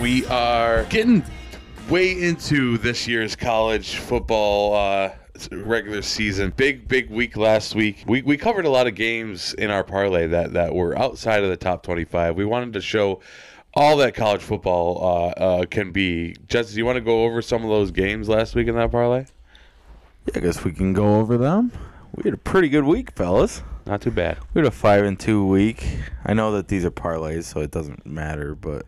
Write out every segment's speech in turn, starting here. we are getting way into this year's college football uh, regular season. Big, big week last week. We, we covered a lot of games in our parlay that, that were outside of the top 25. We wanted to show all that college football uh, uh, can be. Jess, do you want to go over some of those games last week in that parlay? Yeah, I guess we can go over them. We had a pretty good week, fellas. Not too bad. We had a five and two week. I know that these are parlays, so it doesn't matter. But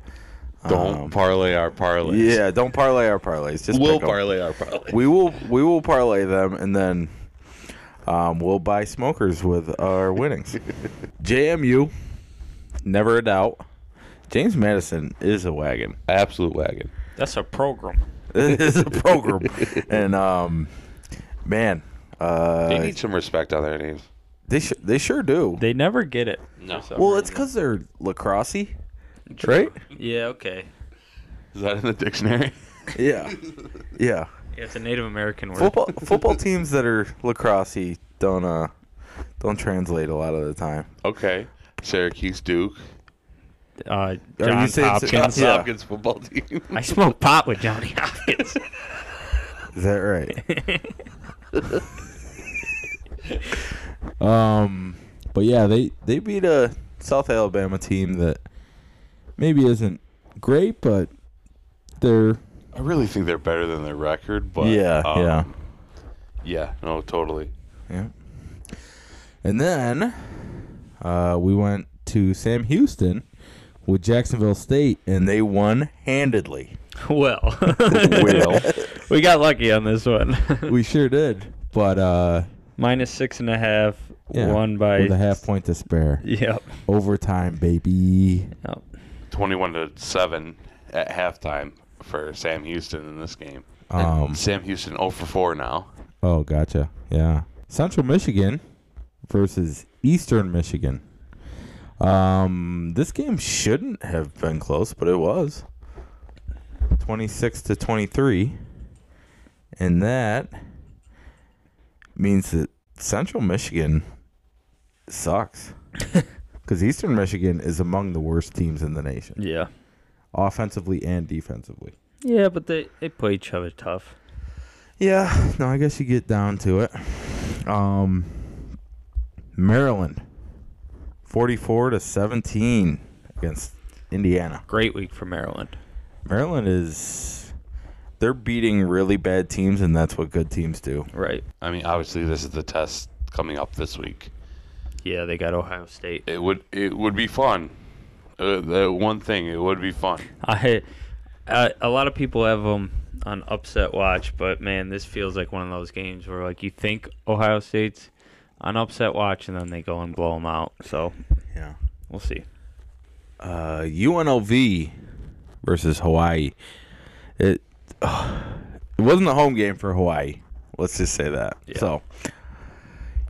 Don't um, parlay our parlays. yeah, don't parlay our parlays. Just We'll pick 'em. parlay our parlay. We will we will parlay them, and then um, we'll buy smokers with our winnings. JMU, never a doubt. James Madison is a wagon. Absolute wagon. That's a program. It is a program, and um, man, uh, They need some respect on their names. they su- they sure do. They never get it. No. well, it's because they're lacrossey, right? Yeah, okay. Is that in the dictionary? yeah, yeah. Yeah, it's a Native American word. Football football teams that are lacrossey don't uh don't translate a lot of the time. Okay. Syracuse Duke. Uh, Are John you saying it's a- Hopkins. Yeah. Hopkins football team. I smoked pot with Johnny Hopkins. Is that right? um, but yeah, they they beat a South Alabama team that maybe isn't great, but they're I really think they're better than their record, but yeah, um, yeah, yeah, no, totally. yeah. And then uh, we went to Sam Houston with Jacksonville State, and they won handedly. well, Will we got lucky on this one. we sure did, but uh, Minus six and a half, yeah, won by. with a half point to spare, Yep. overtime, baby. Yep. twenty-one to seven at halftime for Sam Houston in this game. Um, Sam Houston zero for four now. Oh, gotcha. Yeah. Central Michigan versus Eastern Michigan. Um, this game shouldn't have been close, but it was. 26 to 23. And that means that Central Michigan sucks. Cuz Eastern Michigan is among the worst teams in the nation, Yeah. offensively and defensively. Yeah, but they, they play each other tough. Yeah, no, I guess you get down to it. Um, Maryland, forty-four to seventeen against Indiana. Great week for Maryland. Maryland is they're beating really bad teams, and that's what good teams do. Right. I mean, obviously, this is the test coming up this week. Yeah, they got Ohio State. It would it would be fun. Uh, the one thing, it would be fun. I, uh, a lot of people have them on upset watch, but man, this feels like one of those games where like you think Ohio State's on upset watch, and then they go and blow them out. So Yeah. we'll see. Uh, UNLV versus Hawaii. It uh, it wasn't a home game for Hawaii. Let's just say that. Yeah. So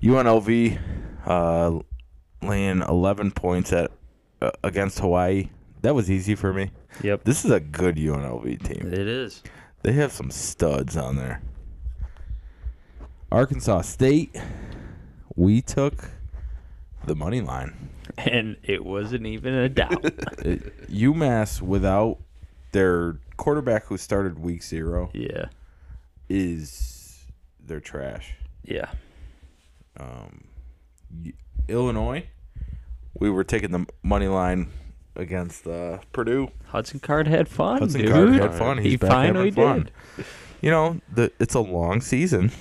UNLV uh, laying 11 points at uh, against Hawaii. That was easy for me. Yep. This is a good UNLV team. It is. They have some studs on there. Arkansas State. We took the money line. And it wasn't even a doubt. It- UMass without their quarterback who started week zero yeah. is their trash. Yeah. Illinois, we were taking the money line against uh, Purdue. Hudson Card had fun, Hudson dude. Card had fun. he He's back finally having fun. did. You know, the, it's a long season.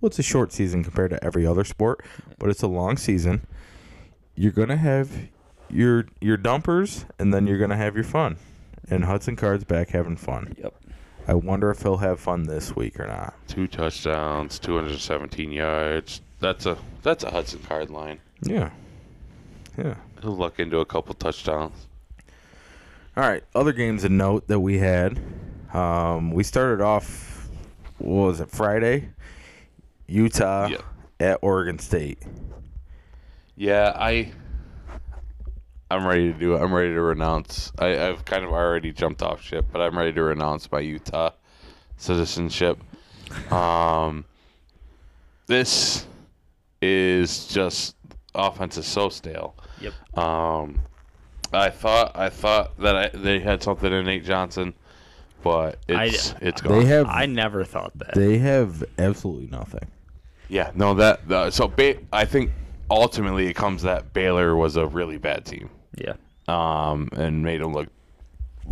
Well, it's a short season compared to every other sport, but it's a long season. You're gonna have your your dumpers, and then you're gonna have your fun. And Hudson Card's back having fun. Yep. I wonder if he'll have fun this week or not. Two touchdowns, two hundred seventeen yards. That's a that's a Hudson Card line. Yeah. Yeah. He'll luck into a couple touchdowns. All right. Other games of note that we had. Um, we started off, what was it, Friday? Utah Yep. at Oregon State. Yeah, I I'm ready to do it. I'm ready to renounce. I, I've kind of already jumped off ship, but I'm ready to renounce my Utah citizenship. Um this is just offense is so stale. Yep. Um I thought I thought that I, they had something in Nate Johnson, but it's it's gone. They have I never thought that. they have absolutely nothing. yeah, no that the, so ba- I think ultimately it comes that Baylor was a really bad team, yeah. um, and made him look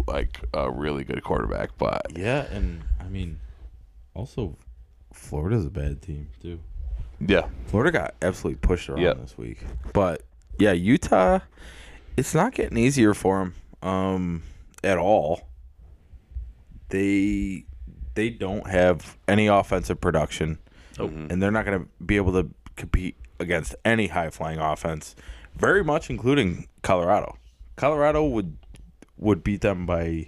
like a really good quarterback. But Yeah, and I mean, also, Florida's a bad team too. yeah, Florida got absolutely pushed around Yep. this week. But yeah, Utah, it's not getting easier for them um, at all. They they don't have any offensive production, Oh. and they're not going to be able to compete against any high flying offense, very much including Colorado. Colorado would would beat them by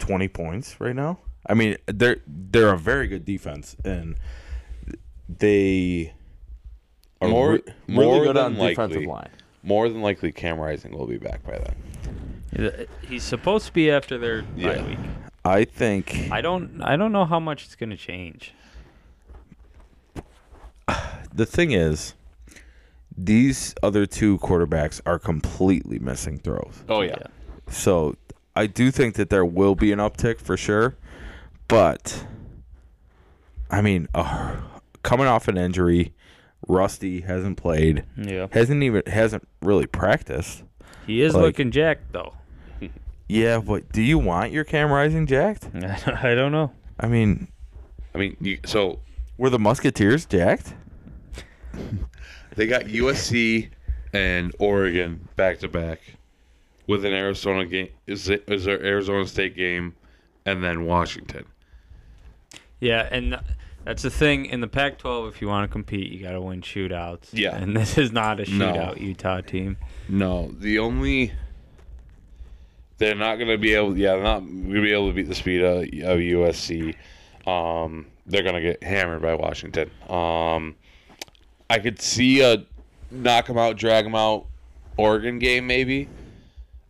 twenty points right now. I mean, they're they're a very good defense, and they are More- re- more really good than on likely. defensive line. more than likely Cam Rising will be back by then. Th- He's supposed to be after their bye Yeah. week. I think I don't I don't know how much it's gonna change. the thing is, these other two quarterbacks are completely missing throws. Oh yeah, So I do think that there will be an uptick for sure, but I mean, uh, coming off an injury, Rusty hasn't played, Yeah. hasn't even hasn't really practiced. He is Like- looking jacked though. Yeah, but do you want your Cam Rising jacked? I don't know. I mean, I mean, you, so were the Musketeers jacked? They got USC and Oregon back to back with an Arizona game. Is it is there Arizona State game and then Washington? Yeah, and th- that's the thing in the Pac-12. If you want to compete, you got to win shootouts. Yeah. and this is not a No. shootout Utah team. No, the only they're not going to be able. Yeah, they're not going to be able to beat the speed of, of USC. Um, they're going to get hammered by Washington. Um, I could see a knock 'em out, drag 'em out Oregon game maybe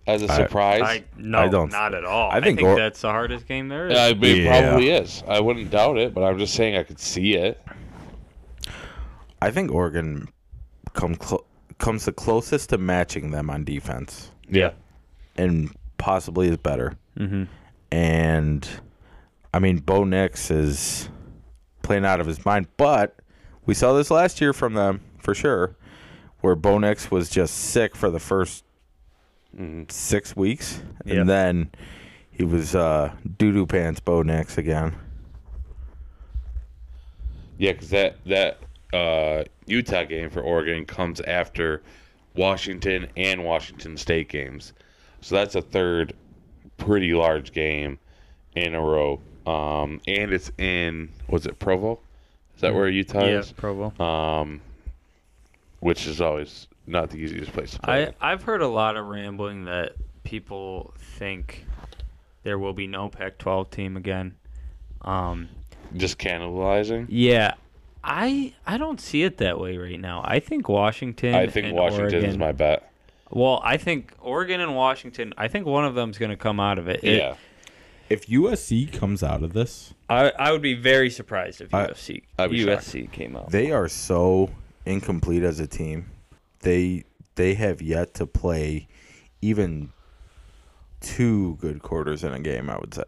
as a surprise. I no, I don't- not at all. I I think, think Or- that's the hardest game there is. I mean, Yeah. it probably is. I wouldn't doubt it, but I'm just saying I could see it. I think Oregon come clo- comes the closest to matching them on defense, Yeah. and possibly is better. Mhm. And I mean, Bo Nix is playing out of his mind, but we saw this last year from them for sure, where Bo Nix was just sick for the first six weeks, Yep. and then he was uh, doo doo pants Bo Nix again. Yeah, because that that uh, Utah game for Oregon comes after Washington and Washington State games, so that's a third pretty large game in a row. Um, and it's in was it Provo? Is that where Utah yeah, is? Pro Bowl. Um, which is always not the easiest place to play. I I've heard a lot of rambling that people think there will be no Pac-12 team again. Um, Just cannibalizing. yeah, I I don't see it that way right now. I think Washington. I think and Washington is Oregon- my bet. Well, I think Oregon and Washington. I think one of them's going to come out of it. It- yeah, If USC comes out of this, I, I would be very surprised if I- UFC I'd be USC came out. They are so incomplete as a team. They they have yet to play even two good quarters in a game, I would say.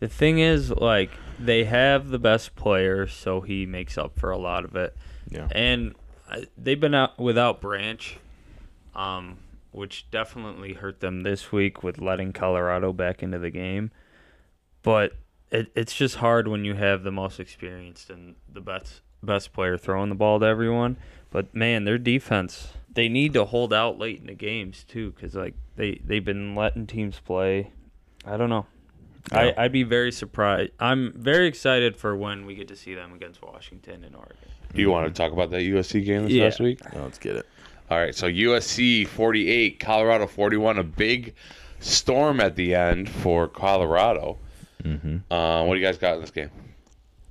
The thing is, like, they have the best player, so he makes up for a lot of it. Yeah. And I- they've been out without Branch, um, which definitely hurt them this week with letting Colorado back into the game. But it, it's just hard when you have the most experienced and the best best player throwing the ball to everyone. But man, their defense they need to hold out late in the games too, because like they they've been letting teams play. I don't know. Yeah. I, I'd be very surprised. I'm very excited for when we get to see them against Washington and Oregon. you want to talk about that USC game this Yeah. last week? Now let's get it. All right, so USC 48, Colorado 41, a big storm at the end for Colorado. Uh, what do you guys got in this game?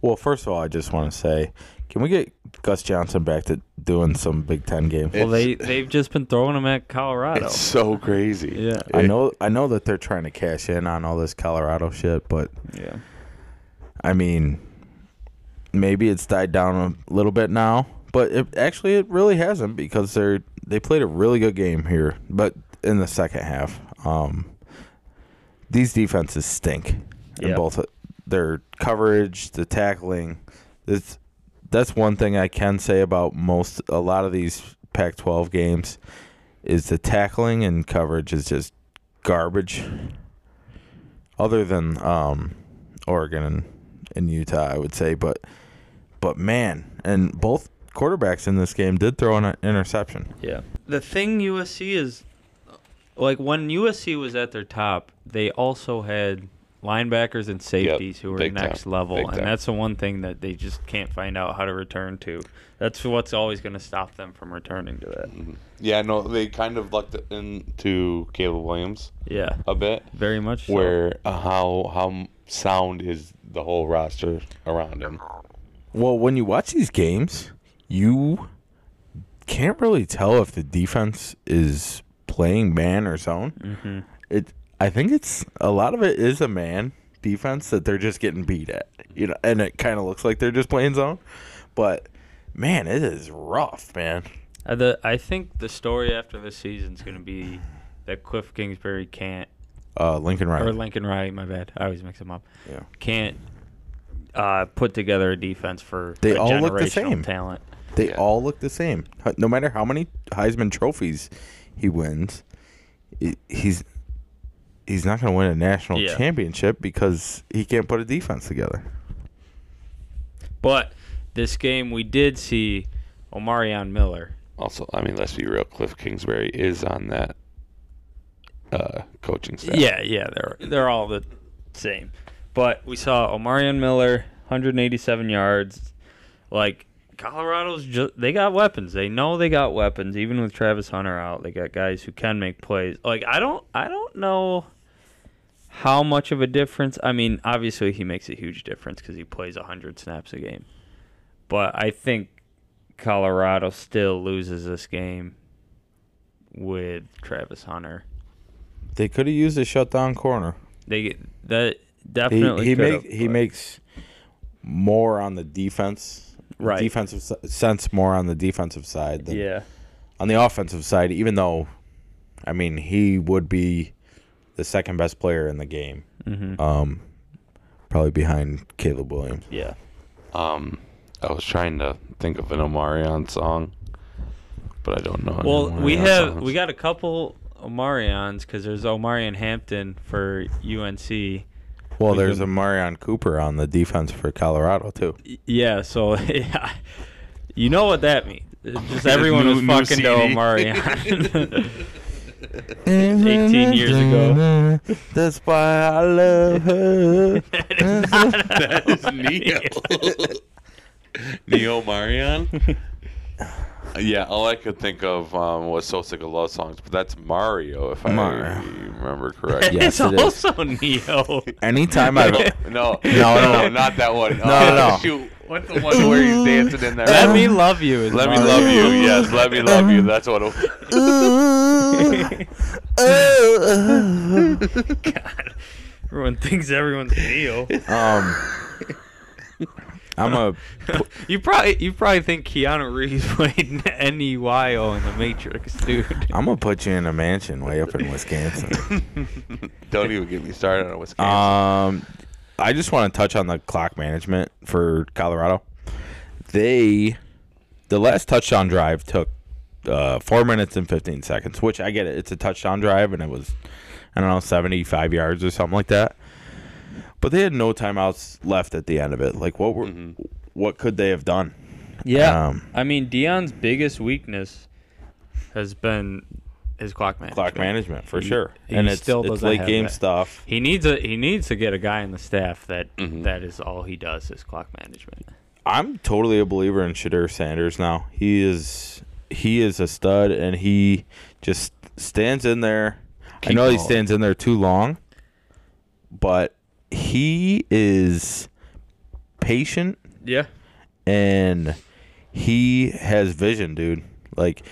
Well, first of all, I just want to say, can we get Gus Johnson back to doing some Big Ten games? Well, they they've just been throwing them at Colorado. so crazy. Yeah, I know, I know that they're trying to cash in on all this Colorado shit, but yeah. I mean, maybe it's died down a little bit now, but it, actually, it really hasn't because they're they played a really good game here. But in the second half. Um, these defenses stink in Yep. both uh, their coverage, the tackling. It's, that's one thing I can say about most a lot of these Pac-12 games is the tackling and coverage is just garbage. Other than um, Oregon and, and Utah, I would say, but but man, and both quarterbacks in this game did throw an interception. Yeah. The thing USC is like when USC was at their top, they also had linebackers and safeties who were Big next time. level, Big and time. that's the one thing that they just can't find out how to return to. That's what's always going to stop them from returning to that. Mm-hmm. Yeah, no, they kind of lucked into Caleb Williams Yeah. a bit, Very much so. Uh, where uh, how how sound is the whole roster around him. Well, when you watch these games, you can't really tell if the defense is playing man or zone. It, I think it's a lot of it is a man defense that they're just getting beat at, you know, and it kind of looks like they're just playing zone, but man, it is rough, man. Uh, the, I think the story after this season is going to be that Cliff Kingsbury can't, Uh, Lincoln Riley. Uh-huh. or Lincoln Riley, my bad. I always mix them up. yeah. Can't uh, put together a defense for They a all look the generational same. talent. They Yeah. all look the same. H- No matter how many Heisman trophies he wins, i- he's he's not going to win a national Yeah. championship because he can't put a defense together. But this game, we did see Omarion Miller. Also, I mean, let's be real. Cliff Kingsbury is on that uh, coaching staff. Yeah, yeah, they're they're all the same. But we saw Omarion Miller, 187 yards. Like Colorado's just they got weapons. They know they got weapons. Even with Travis Hunter out, they got guys who can make plays. Like I don't I don't know how much of a difference. I mean, obviously he makes a huge difference cuz he plays 100 snaps a game. But I think Colorado still loses this game with Travis Hunter. They could have used a shutdown corner. They get- that He definitely he, could've, make, he but- makes more on the defense, Right. Defensive s- sense more on the defensive side than yeah on the offensive side. Even though, I mean, he would be the second best player in the game, Mm-hmm. um, probably behind Caleb Williams. yeah Um, I was trying to think of an Omarion song, but I don't know. any well we Omarion have songs. we got a couple Omarions because there's Omarion Hampton for UNC Y- Well, We there's could- a Marion Cooper on the defense for Colorado too. yeah so yeah you know what that means It's just everyone New- was new fucking to CD. Omarion 18 years ago. That's why I love her. that is Neo. Neo Marion. Yeah, all I could think of um, was "So Sick of Love" songs, but that's Mario, if Mario. I remember correctly. Yeah. Yes, it it's is. also Neo Anytime I've No, no, no, no, no. not that one. No, no. Shoot, what's the one where he's dancing in there? let me love you is let me Mario. love you. Yes, let me love you. That's what. it- oh, everyone thinks everyone's Neo um, I'm a you probably you probably think Keanu Reeves played N E Y O in the Matrix dude I'm gonna put you in a mansion way up in Wisconsin. Don't even get me started on Wisconsin. Um, I just want to touch on the clock management for Colorado. They, the last touchdown drive took uh, four minutes and fifteen seconds, which I get it. It's a touchdown drive, and it was I don't know seventy five yards or something like that. But they had no timeouts left at the end of it. Like what were, Mm-hmm. what could they have done? Yeah. Um, I mean, Dion's biggest weakness has been his clock management. Clock management for sure, he and it's, still it's doesn't late have game that. stuff. He needs a he needs to get a guy in the staff that Mm-hmm. that is all he does is clock management. I'm totally a believer in Shadur Sanders now. He is he is a stud, and he just stands in there. I Keep know he going. stands in there too long, but he is patient Yeah. and he has vision, dude. Like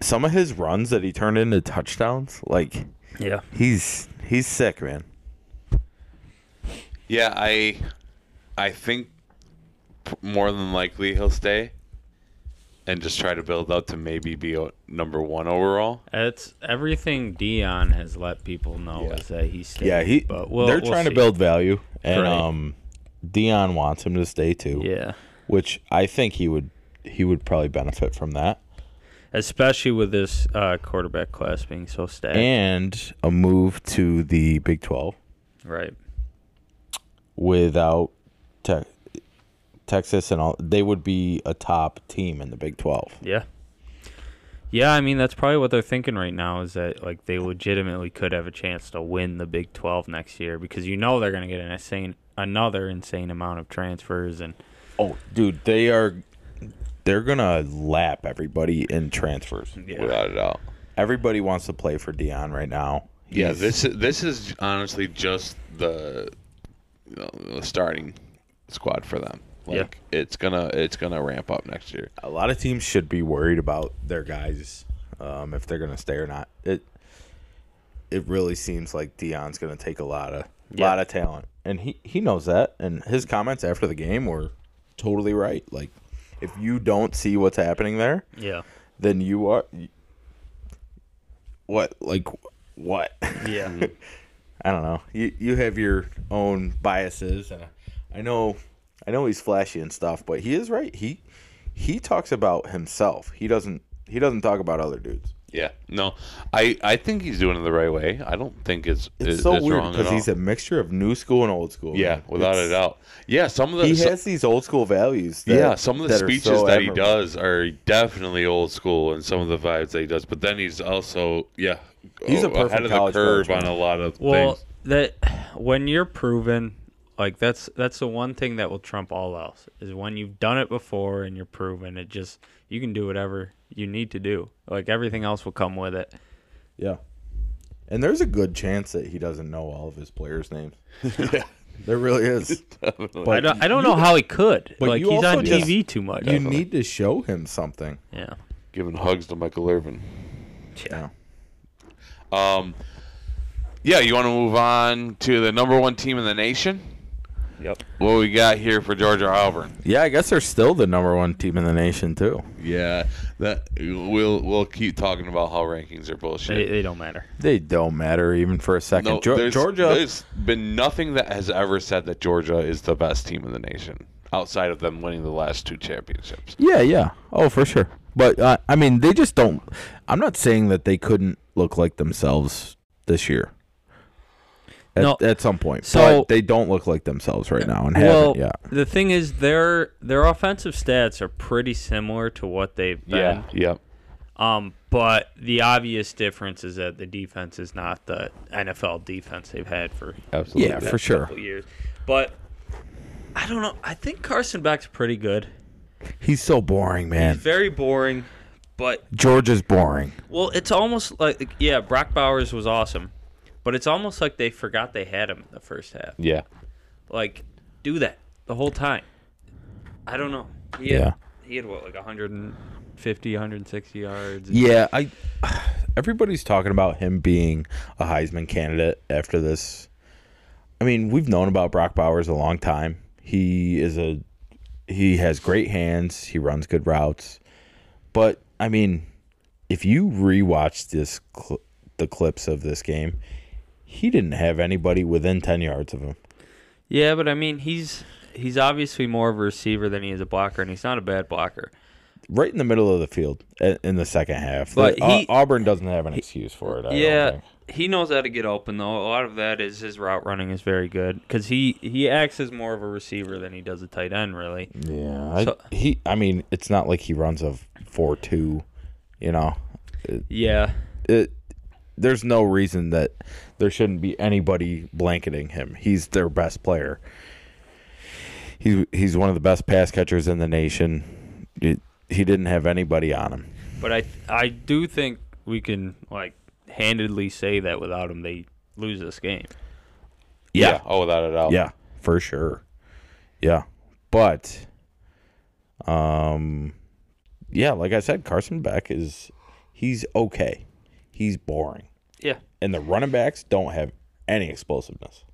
some of his runs that he turned into touchdowns, like Yeah. he's he's sick, man. Yeah, I, I think p- more than likely he'll stay. and just try to build up to maybe be o- number one overall. It's everything Dion has let people know Yeah. is that he's staying. Yeah, he. But we'll, they're we'll trying see. to build value, and Right. um, Dion wants him to stay too. Yeah, which I think he would. He would probably benefit from that, especially with this uh, quarterback class being so stacked. and a move to the Big Twelve right. without te- Texas and all. They would be a top team in the Big Twelve. Yeah. Yeah, I mean that's probably what they're thinking right now is that like they legitimately could have a chance to win the Big 12 next year because you know they're going to get an insane another insane amount of transfers and Oh, dude, they are. They're gonna lap everybody in transfers. Without a doubt. Everybody wants to play for Dion right now. Yeah, He's- this is this is honestly just the, you know, the starting squad for them. Yeah. Like it's gonna it's gonna ramp up next year. a lot of teams should be worried about their guys um, if they're going to stay or not. It it really seems like Dion's going to take a lot of Yeah. lot of talent, and he he knows that. And his comments after the game were totally right. Like if you don't see what's happening there, yeah. then you are what like what Mm, Yeah. I don't know. You you have your own biases, and I know I know he's flashy and stuff, but he is right. He he talks about himself. He doesn't he doesn't talk about other dudes. Yeah. No, I I think he's doing it the right way. I don't think it's It's it- so it's weird wrong at because he's all. a mixture of new school and old school. yeah, man. without a It's- doubt. Yeah, some of the He so- has these old school values. That, yeah, some of the that are speeches so that he admirable. does are definitely old school, and some of the vibes that he does. But then he's also yeah, He's a oh, ahead perfect of the college curve coach, on man. a lot of Well, things. that when you're proven, like that's that's the one thing that will trump all else is when you've done it before and you're proven. It just you can do whatever you need to do. Like everything else will come with it. Yeah, and there's a good chance that he doesn't know all of his players' names. Yeah, There really is. definitely. But I don't, I don't know how he could. but Like you he's on also just- TV too much. you need to show him something. yeah. Giving hugs to Michael Irvin. Yeah. Um, yeah, you want to move on to the number one team in the nation? Yep. What we got here for Georgia Auburn? Yeah, I guess they're still the number one team in the nation too. Yeah, that we'll we'll keep talking about how rankings are bullshit. They, they don't matter. They don't matter even for a second. No, Geor- there's- Georgia, There's been nothing that has ever said that Georgia is the best team in the nation outside of them winning the last two championships. yeah, yeah, oh for sure. But uh, I mean, they just don't. I'm not saying that they couldn't look like themselves this year. At, No. at some point, So- but they don't look like themselves right now, and Well, haven't yet. the thing is, their their offensive stats are pretty similar to what they've been. yeah. Um, but the obvious difference is that the defense is not the NFL defense they've had for Absolutely. Yeah, for sure. couple years. But I don't know. I think Carson Beck's pretty good. He's so boring, man. He's very boring, but Georgia's boring. well, it's almost like yeah, Brock Bowers was awesome, but it's almost like they forgot they had him in the first half. Yeah. Like, do that the whole time. I don't know. He Yeah. had, He had what like 150, 160 yards. Yeah, I. Everybody's talking about him being a Heisman candidate after this. I mean, we've known about Brock Bowers a long time. He is a he has great hands. He runs good routes, but I mean, if you rewatch this cl- the clips of this game, he didn't have anybody within ten yards of him. Yeah, but I mean, he's he's obviously more of a receiver than he is a blocker, and he's not a bad blocker. Right in the middle of the field i- in the second half. But Au- he- Auburn doesn't have an excuse for it. I Don't yeah, think. he knows how to get open though. A lot of that is his route running is very good because he he acts as more of a receiver than he does a tight end, really. Mm. Yeah, I, So- he. I mean, it's not like he runs a four-two. You know, Yeah, it. There's no reason that there shouldn't be anybody blanketing him. He's their best player. He's he's one of the best pass catchers in the nation. It, he didn't have anybody on him. but I I do think we can like handedly say that without him they lose this game. Yeah. Oh, without a doubt. Yeah, for sure. Yeah, but, um, yeah, like I said, Carson Beck is he's okay. He's boring. Yeah. and the running backs don't have any explosiveness.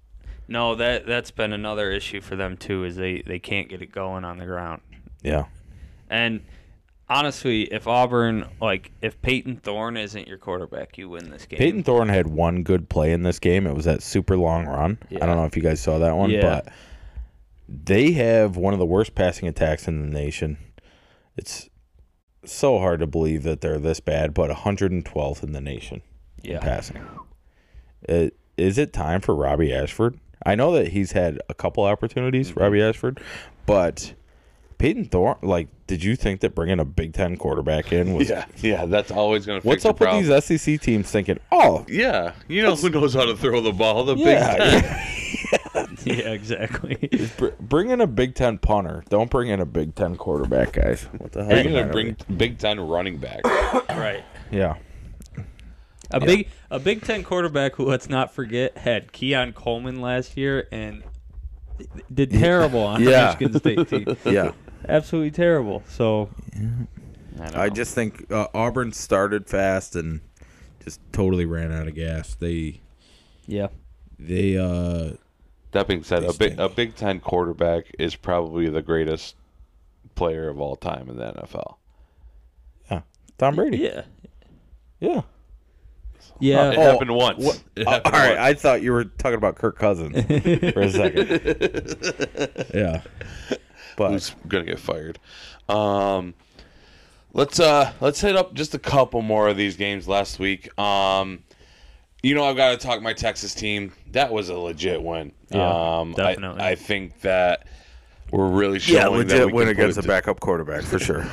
No, that that's been another issue for them too is they they can't get it going on the ground. Yeah. And honestly, if Auburn, like, if Peyton Thorne isn't your quarterback, you win this game. Peyton Thorne had one good play in this game. It was that super long run. I Yeah. don't know if you guys saw that one, Yeah. but they have one of the worst passing attacks in the nation. It's so hard to believe that they're this bad, but 112th in the nation in yeah. passing. It, is it time for Robbie Ashford? I know that he's had a couple opportunities, Mm-hmm. Robbie Ashford, but Peyton Thorne, like, did you think that bringing a Big Ten quarterback in was. Yeah, yeah, that's always going to. What's up with these SEC teams thinking, oh, Yeah, you know who knows how to throw the ball. The yeah, Big Ten. Yeah, exactly. Br- bring in a Big Ten punter. Don't bring in a Big Ten quarterback, guys. What the hell? Are is you going the to matter bring with Big Ten running back? right. you? Yeah. A big a Big Ten quarterback who let's not forget had Keon Coleman last year and did terrible on Yeah. the Michigan State team. Yeah. Absolutely terrible. So don't I know. just think uh, Auburn started fast and just totally ran out of gas. They yeah. they uh That being said, a They big stink. a Big Ten quarterback is probably the greatest player of all time in the NFL. Tom Brady. Yeah. Yeah. Yeah. It Oh, happened once. what- It all happened right, once. I thought you were talking about Kirk Cousins for a second. yeah. But who's gonna get fired. Um, let's uh, let's hit up just a couple more of these games last week. Um, you know, I've got to talk my Texas team. That was a legit win. Yeah, um, I- definitely. I, think that we're really showing that we can put it to- backup quarterback for sure.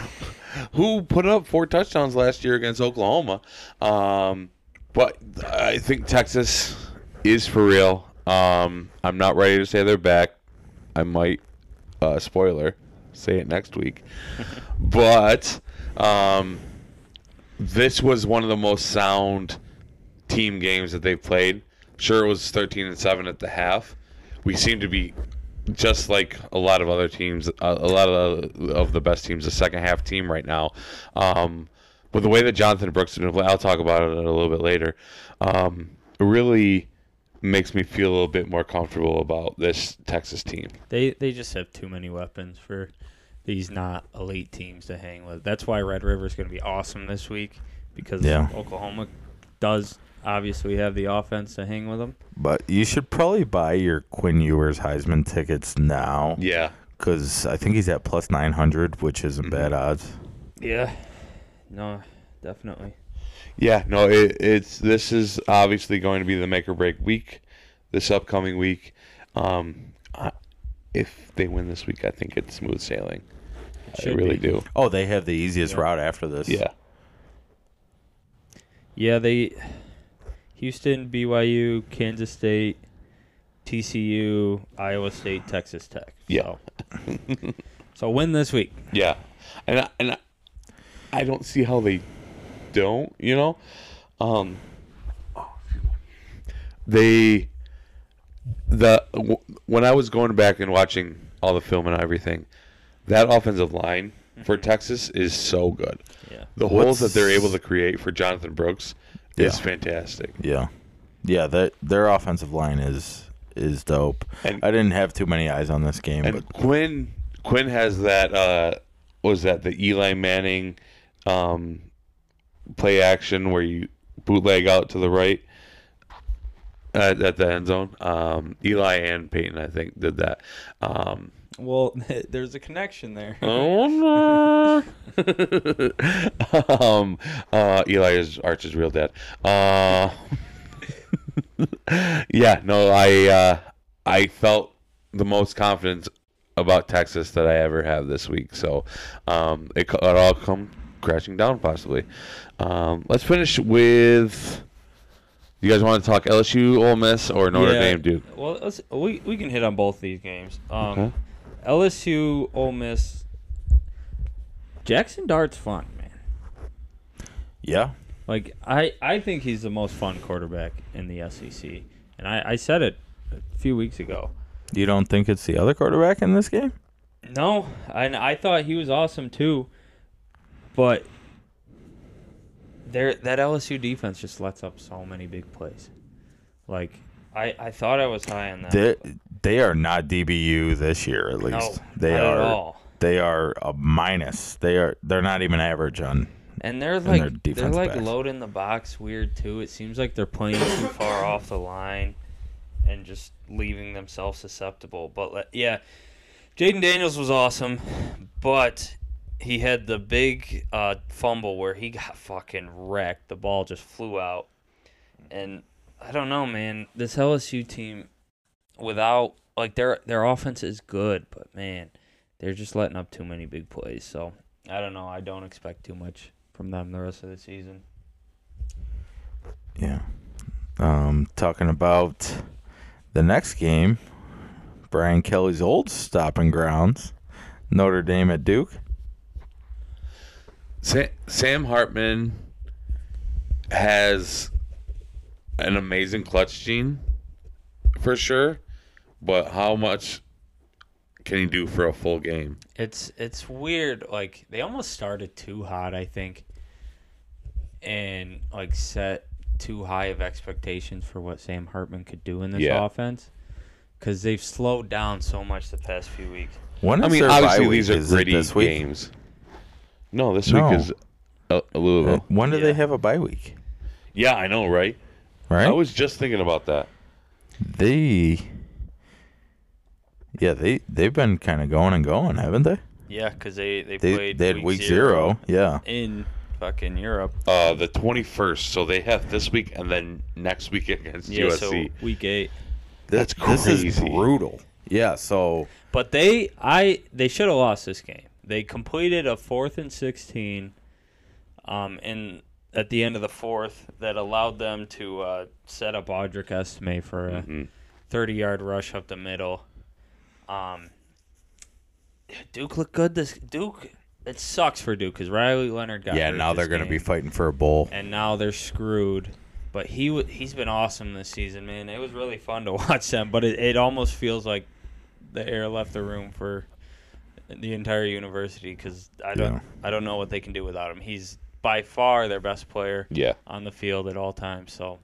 who put up four touchdowns last year against Oklahoma. Um, but I think Texas is for real. Um, I'm not ready to say they're back. I might, uh, spoiler, say it next week. but um, this was one of the most sound team games that they played. Sure, it was 13 and 7 at the half. We seem to be just like a lot of other teams, a, a lot of, of the best teams, the second half team right now. Um, but the way that Jonathan Brooks, has been play- I'll talk about it a little bit later, um, really makes me feel a little bit more comfortable about this Texas team. They they just have too many weapons for these not elite teams to hang with. That's why Red River's going to be awesome this week because Yeah. Oklahoma does obviously have the offense to hang with them. But you should probably buy your Quinn Ewers Heisman tickets now. Yeah. because I think he's at plus 900, which Mm-hmm. isn't bad odds. Yeah. No, definitely. Yeah, no, it, it's this is obviously going to be the make or break week, this upcoming week. Um, I- if they win this week, I think it's smooth sailing. I should really be. do. Oh, they have the easiest route after this. Yeah, Yeah, they Houston, BYU, Kansas State, TCU, Iowa State, Texas Tech. Yeah. So, so win this week. yeah, and I, and I, I don't see how they don't. You know, um, they the w- when I was going back and watching all the film and everything, that offensive line for Texas is so good. Yeah. The holes What's- that they're able to create for Jonathan Brooks is Yeah. fantastic. Yeah. Yeah, that their offensive line is is dope. And- I didn't have too many eyes on this game, And but Quinn Quinn has that uh what was that the Eli Manning um play action where you bootleg out to the right uh, at, at the end zone. Um Eli and Peyton I think did that. Um Well, there's a connection there. Oh no. um, uh, Eli is Arch's real dad. Uh, yeah, no, I uh, I felt the most confidence about Texas that I ever have this week. So um, it, co- it all come crashing down possibly. Um, let's finish with. You guys want to talk LSU, Ole Miss, or Notre Yeah. Dame, Duke? Well, let's, we we can hit on both these games. Um, Okay. LSU, Ole Miss, Jackson Dart's fun, man. yeah. Like I, I think he's the most fun quarterback in the SEC, and I, I said it a few weeks ago. You don't think it's the other quarterback in this game? No, and I thought he was awesome too, but there that LSU defense just lets up so many big plays. Like I, I Uh, thought I was high on that. They they are not DBU this year at No, least. they not are at all. They are a minus. They are they're not even average on. And they're their like they're defense like backs. loading the box weird too. It seems like they're playing too far off the line and just leaving themselves susceptible. But like, yeah, Jaden Daniels was awesome, but he had the big uh, fumble where he got fucking wrecked. The ball just flew out, and I don't know, man. This LSU team, without like their their offense is good, but man, they're just letting up too many big plays. So I don't know. I don't expect too much from them the rest of the season. Yeah. Um, talking about the next game, Brian Kelly's old stopping grounds, Notre Dame at Duke. Sa- Sam Hartman has an amazing clutch gene for sure, but how much can he do for a full game? It's it's weird. Like they almost started too hot, I think, and like set too high of expectations for what Sam Hartman could do in this Yeah. offense, because they've slowed down so much the past few weeks. When is I mean, their obviously bye these week? are Is it gritty this week? games. No, this No. week is uh, Uh, Louisville. When do Yeah. they have a bye week? yeah, I know, right? Right? I was just thinking about that. they Yeah, they they've been kind of going and going, haven't they? Yeah, because they they, They played they had week 0. Yeah. in fucking Europe. Uh, the 21st, so they have this week and then next week against Yeah, so USC. week eight. That's This is crazy. brutal. Yeah, so But they, I, they should have lost this game. They completed a fourth and sixteen, um, in at the end of the fourth that allowed them to uh, set up Audric Estime for a Mm-hmm. thirty-yard rush up the middle. Um, Duke looked good. This Duke, it sucks for Duke because Riley Leonard got. yeah, hurt now this they're going to be game fighting for a bowl. and now they're screwed. But he w- he's been awesome this season, man. It was really fun to watch them, but it, it almost feels like the air left the room for the entire university because I don't Yeah. I don't know what they can do without him. He's by far their best player Yeah. on the field at all times. So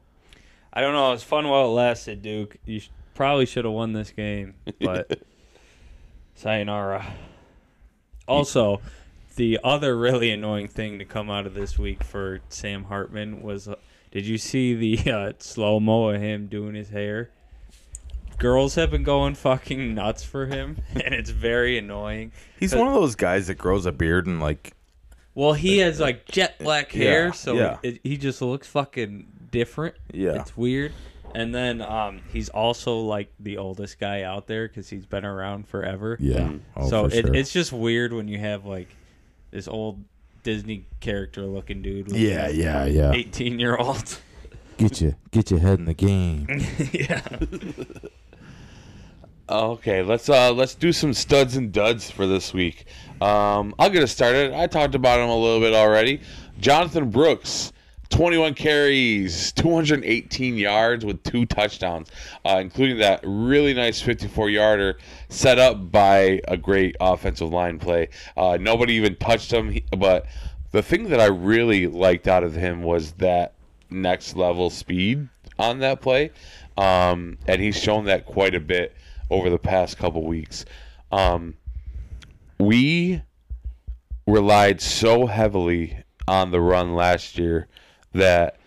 I don't know. It was fun while it lasted, Duke. You sh- probably should have won this game, but sayonara. Also, the other really annoying thing to come out of this week for Sam Hartman was uh, did you see the uh, slow mo of him doing his hair? Girls have been going fucking nuts for him, and it's very annoying. He's Uh, one of those guys that grows a beard and like Well, he has like jet black hair, Yeah, so yeah. It, he just looks fucking different. Yeah. it's weird. And then um, he's also like the oldest guy out there because he's been around forever. yeah. Mm. Oh, so for it, sure. it's just weird when you have like this old Disney character looking dude. Looking Yeah, yeah, yeah. Eighteen year old. Get your get your head in the game. yeah. Okay, let's uh let's do some studs and duds for this week. Um, I'll get us started. I talked about him a little bit already. Jonathan Brooks, 21 carries, 218 yards with two touchdowns, uh, including that really nice 54-yarder set up by a great offensive line play. Uh, nobody even touched him, he- but the thing that I really liked out of him was that next level speed on that play, um, and he's shown that quite a bit over the past couple weeks. Um, we relied so heavily on the run last year that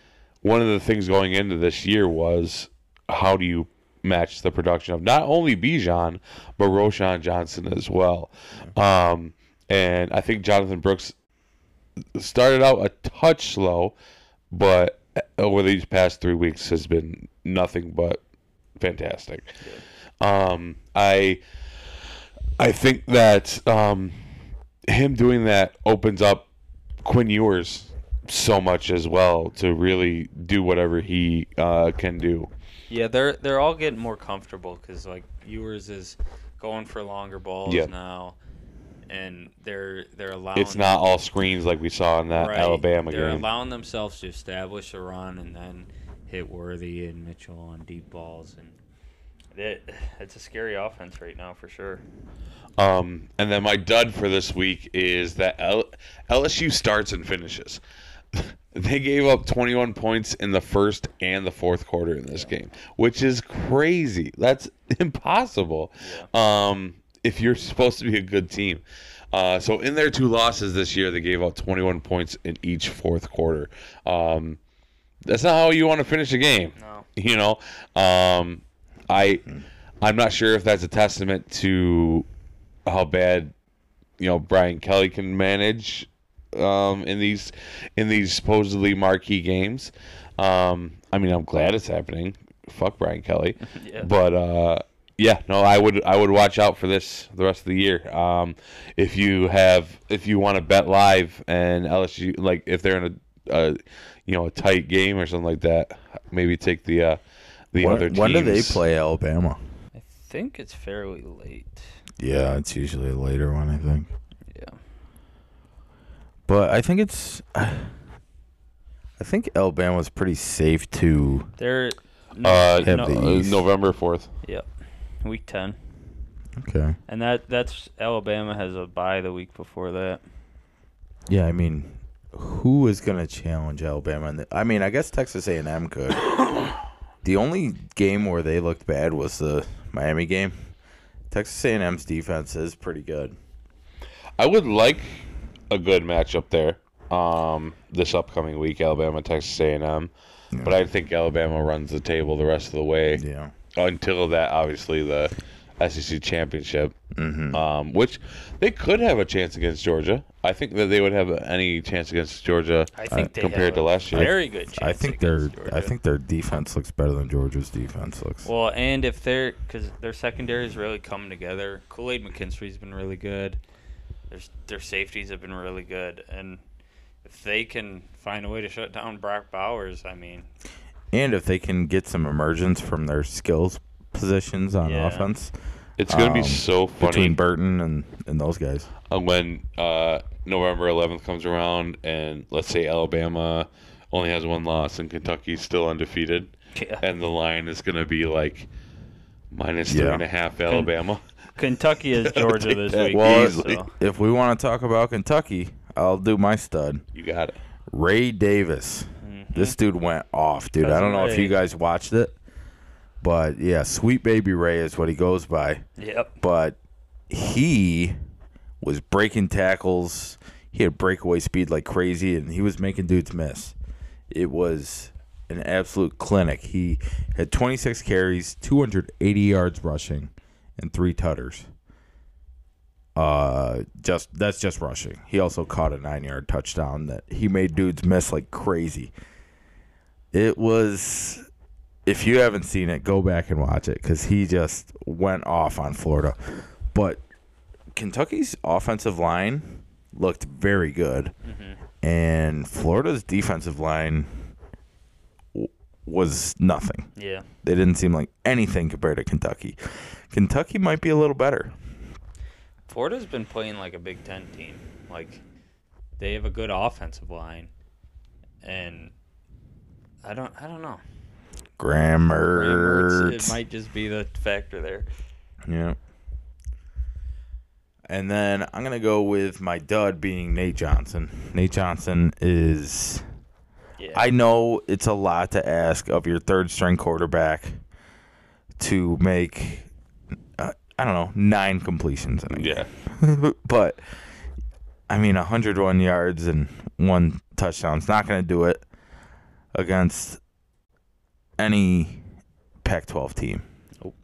one of the things going into this year was how do you match the production of not only Bijan but Roshan Johnson as well. Um, and I think Jonathan Brooks started out a touch slow, but uh, over these past three weeks has been nothing but fantastic. Um, I I think that um, him doing that opens up Quinn Ewers so much as well to really do whatever he uh, can do. Yeah, they're they're all getting more comfortable because like Ewers is going for longer balls Yeah. now, and they're they're allowing. It's not all screens like we saw in that Right. Uh, Alabama They're game. allowing themselves to establish a run and then hit Worthy and Mitchell on deep balls, and it, it's a scary offense right now for sure. Um, and then my dud for this week is that L- LSU starts and finishes. they gave up 21 points in the first and the fourth quarter in this game, which is crazy. That's impossible. Um, if you're supposed to be a good team, Uh, so in their two losses this year, they gave up 21 points in each fourth quarter. Um, that's not how you want to finish a game. No. You know, um, I I'm not sure if that's a testament to how bad you know Brian Kelly can manage um, in these in these supposedly marquee games. Um, I mean, I'm glad it's happening. Fuck Brian Kelly, Yeah. but uh, yeah, no, I would I would watch out for this the rest of the year. Um, if you have if you want to bet live and LSU like if they're in a, a you know a tight game or something like that, maybe take the uh, the when, other teams. when do they play Alabama? I think it's fairly late. Yeah, it's usually a later one, I think. Yeah. But I think it's. I think Alabama's pretty safe to. They're no, Uh, Have no, the- Uh, East. November fourth. yeah. Week 10. Okay. And that that's Alabama has a bye the week before that. Yeah, I mean, who is going to challenge Alabama? In the, I mean, I guess Texas A&M could. the only game where they looked bad was the Miami game. Texas A&M's defense is pretty good. I would like a good matchup there. Um, this upcoming week, Alabama Texas A and M, but I think Alabama runs the table the rest of the way Yeah. until that. Obviously, the SEC championship, Mm-hmm. um, which they could have a chance against Georgia. I think that they would have any chance against Georgia. I think they Uh, compared have to a last year. Very good chance. I think their against I Georgia. think their defense looks better than Georgia's defense looks. Well, and if they're because their secondary is really coming together. Kool Aid McKinstry's been really good. Their their safeties have been really good, and if they can find a way to shut down Brock Bowers, I mean, And if they can get some emergence from their skills positions on Yeah. offense It's going to Um, be so funny between Burton and, and those guys. uh, when uh, November 11th comes around, and let's say Alabama only has one loss, and Kentucky's still undefeated. K- and the line is going to be like minus three Yeah. and a half Alabama. Kentucky is Georgia this that week. well, so- easily. If we want to talk about Kentucky, I'll do my stud. You got it. Ray Davis. Mm-hmm. This dude went off, dude. I Cousin don't know if Ray. you guys watched it, but yeah, Sweet Baby Ray is what he goes by. yep. But he was breaking tackles. He had breakaway speed like crazy, and he was making dudes miss. It was an absolute clinic. He had 26 carries, 280 yards rushing, and three tutters. Uh, just that's just rushing. He also caught a nine-yard touchdown that he made dudes miss like crazy. It was, if you haven't seen it, go back and watch it because he just went off on Florida. But Kentucky's offensive line looked very good, Mm-hmm. and Florida's defensive line w- was nothing. Yeah. They didn't seem like anything compared to Kentucky. Kentucky might be a little better. Florida's been playing like a Big Ten team. Like they have a good offensive line, and I don't. I don't know. Grammar. It might just be the factor there. Yeah. And then I'm gonna go with my dud being Nate Johnson. Nate Johnson is Yeah. I know it's a lot to ask of your third string quarterback to make uh, I don't know nine completions in a game. Yeah. but I mean, 101 yards and one touchdown's not going to do it against any Pac-12 team. Nope.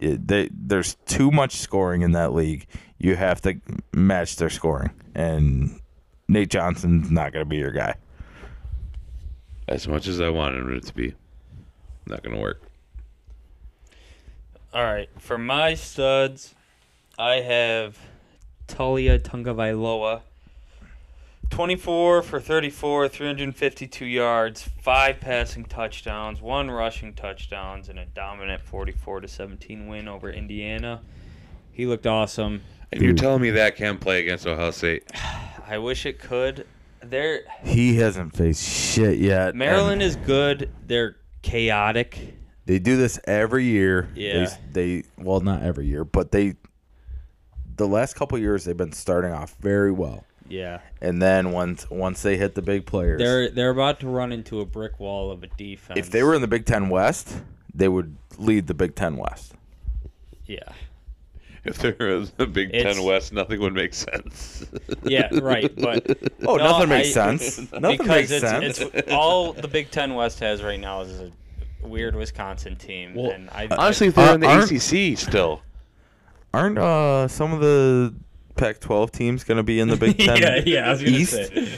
It- they, there's too much scoring in that league. You have to match their scoring, and Nate Johnson's not going to be your guy. As much as I wanted it to be, not going to work. All right, for my studs, I have Talia Tungavailoa. 24 for 34, 352 yards, five passing touchdowns, one rushing touchdowns, and a dominant 44 to 17 win over Indiana. He looked awesome. And you're telling me that can't play against Ohio State? I wish it could. They're He hasn't faced shit yet. and Maryland is good. They're chaotic. They do this every year. Yeah. They, they well, not every year, but they. The last couple years, they've been starting off very well. Yeah. And then once once they hit the big players, They're they're about to run into a brick wall of a defense. if they were in the Big Ten West, they would lead the Big Ten West. Yeah. if there was a Big It's- Ten West, nothing would make sense. Yeah, right. But Oh, No, nothing makes I- sense. Nothing because makes it's, sense. it's all the Big Ten West has right now is a weird Wisconsin team, Well, and I Honestly, if they're Uh, in the aren't- ACC still. Aren't uh, some of the Pac-12 teams going to be in the Big Ten? yeah, yeah, I was gonna East? say,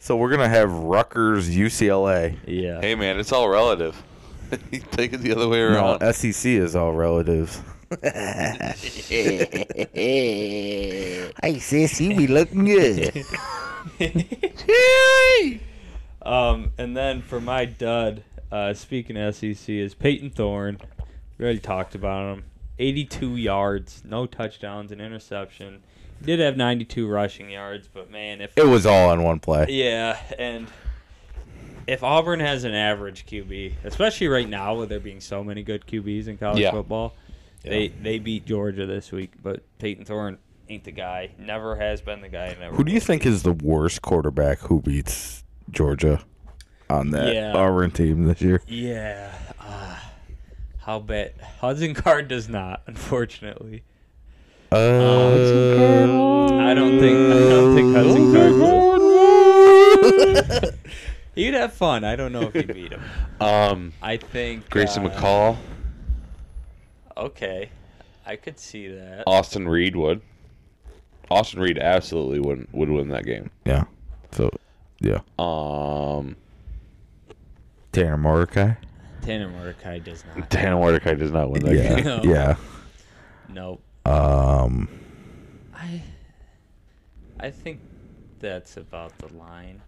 So we're going to have Rutgers, UCLA. yeah, Hey, man, it's all relative. You Take it the other way No, around. SEC is all relative. Hey, sissy, we looking good. Um, and then for my dud, uh, speaking of SEC, is Peyton Thorne. We already talked about him. 82 yards, no touchdowns, an interception. He did have 92 rushing yards, but man, if It was all on one play. yeah, and if Auburn has an average QB, especially right now with there being so many good QBs in college Yeah. football, they they beat Georgia this week. But Peyton Thorne ain't the guy. Never has been the guy. Never Who do you will think be. is the worst quarterback who beats Georgia on that Yeah. Auburn team this year? Yeah. Uh, how bad? Hudson Card does not, unfortunately. Uh, I don't think. I don't think Uh, Hudson Card. Will. He'd have fun. I don't know if he beat him. Um, I think Grayson uh, McCall, Okay, I could see that. Austin Reed would. Austin Reed absolutely would would win that game. Yeah. So, yeah. Um, Tanner Mordecai. Tanner Mordecai does not. Dan Mordecai does not win that game. Yeah. No. yeah. Nope. Um, I. I think that's about the line.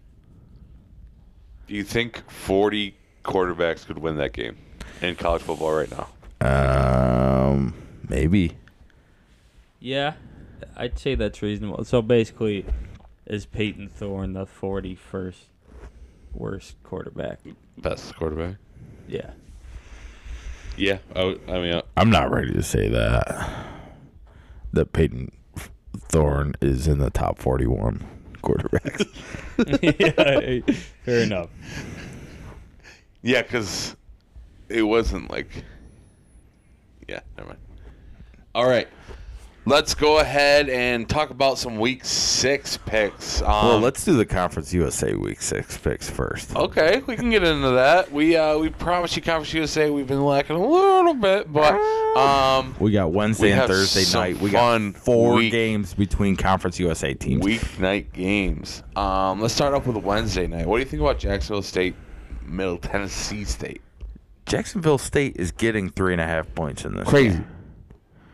Do you think 40 quarterbacks could win that game in college football right now? um, maybe. Yeah, I'd say that's reasonable. So basically, is Peyton Thorne the forty-first worst quarterback? Best quarterback? Yeah. Yeah. I, would- I mean, uh, I'm not ready to say that. That Peyton Thorne is in the top 41 quarterbacks. uh, fair enough. yeah, because it wasn't like. Yeah, never mind. All right. Let's go ahead and talk about some week six picks. Um, Oh, well, let's do the Conference USA Week 6 picks first. Okay, we can get into that. We uh, we promised you Conference USA we've been lacking a little bit, but um, We got Wednesday We and have Thursday some night. We fun got four week- games between Conference USA teams. weeknight games. Um, let's start off with Wednesday night. What do you think about Jacksonville State, Middle Tennessee State? Jacksonville State is getting three and a half points in this. game.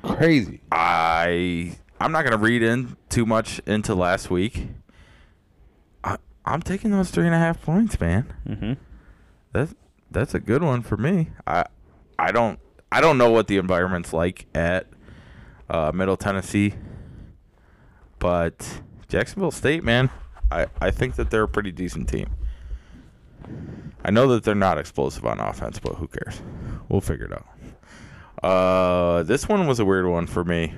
crazy. I I'm not gonna read in too much into last week. I, I'm taking those three and a half points, man. Mm-hmm. That's that's a good one for me. I I don't I don't know what the environment's like at uh, Middle Tennessee, but Jacksonville State, man, I I think that they're a pretty decent team. I know that they're not explosive on offense, but who cares? We'll figure it out. Uh, this one was a weird one for me.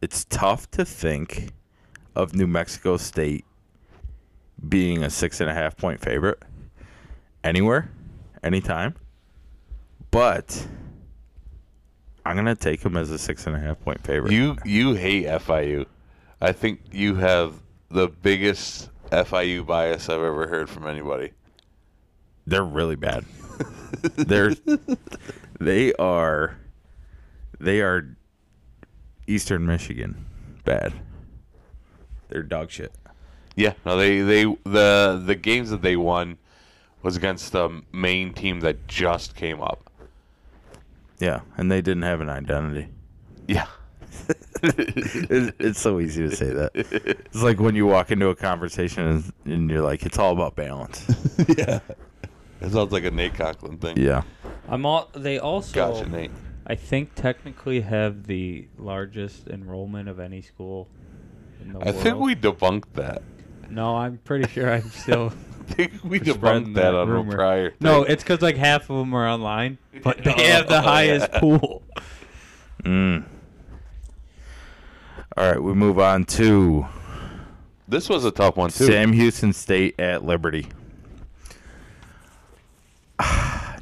It's tough to think of New Mexico State being a six and a half point favorite anywhere, anytime. But I'm gonna take them as a six and a half point favorite. You you hate FIU. I think you have the biggest FIU bias I've ever heard from anybody. They're really bad. They're they are they are Eastern Michigan bad. They're dog shit. Yeah, no, they they the the games that they won was against the main team that just came up. Yeah, and they didn't have an identity. Yeah. It's, it's so easy to say that. It's like when you walk into a conversation and, and you're like, it's all about balance. yeah. That sounds like a Nate Conklin thing. Yeah. I'm all. They also, Gotcha, Nate. I think, technically have the largest enrollment of any school in the I world. think we debunked that. No, I'm pretty sure I'm still. I think we We're spreading debunked that, that on a rumor. prior. thing. no, it's because like half of them are online, but they have Oh, the highest yeah. pool. Mm. All right, we move on to this was a tough one too. Sam Houston State at Liberty.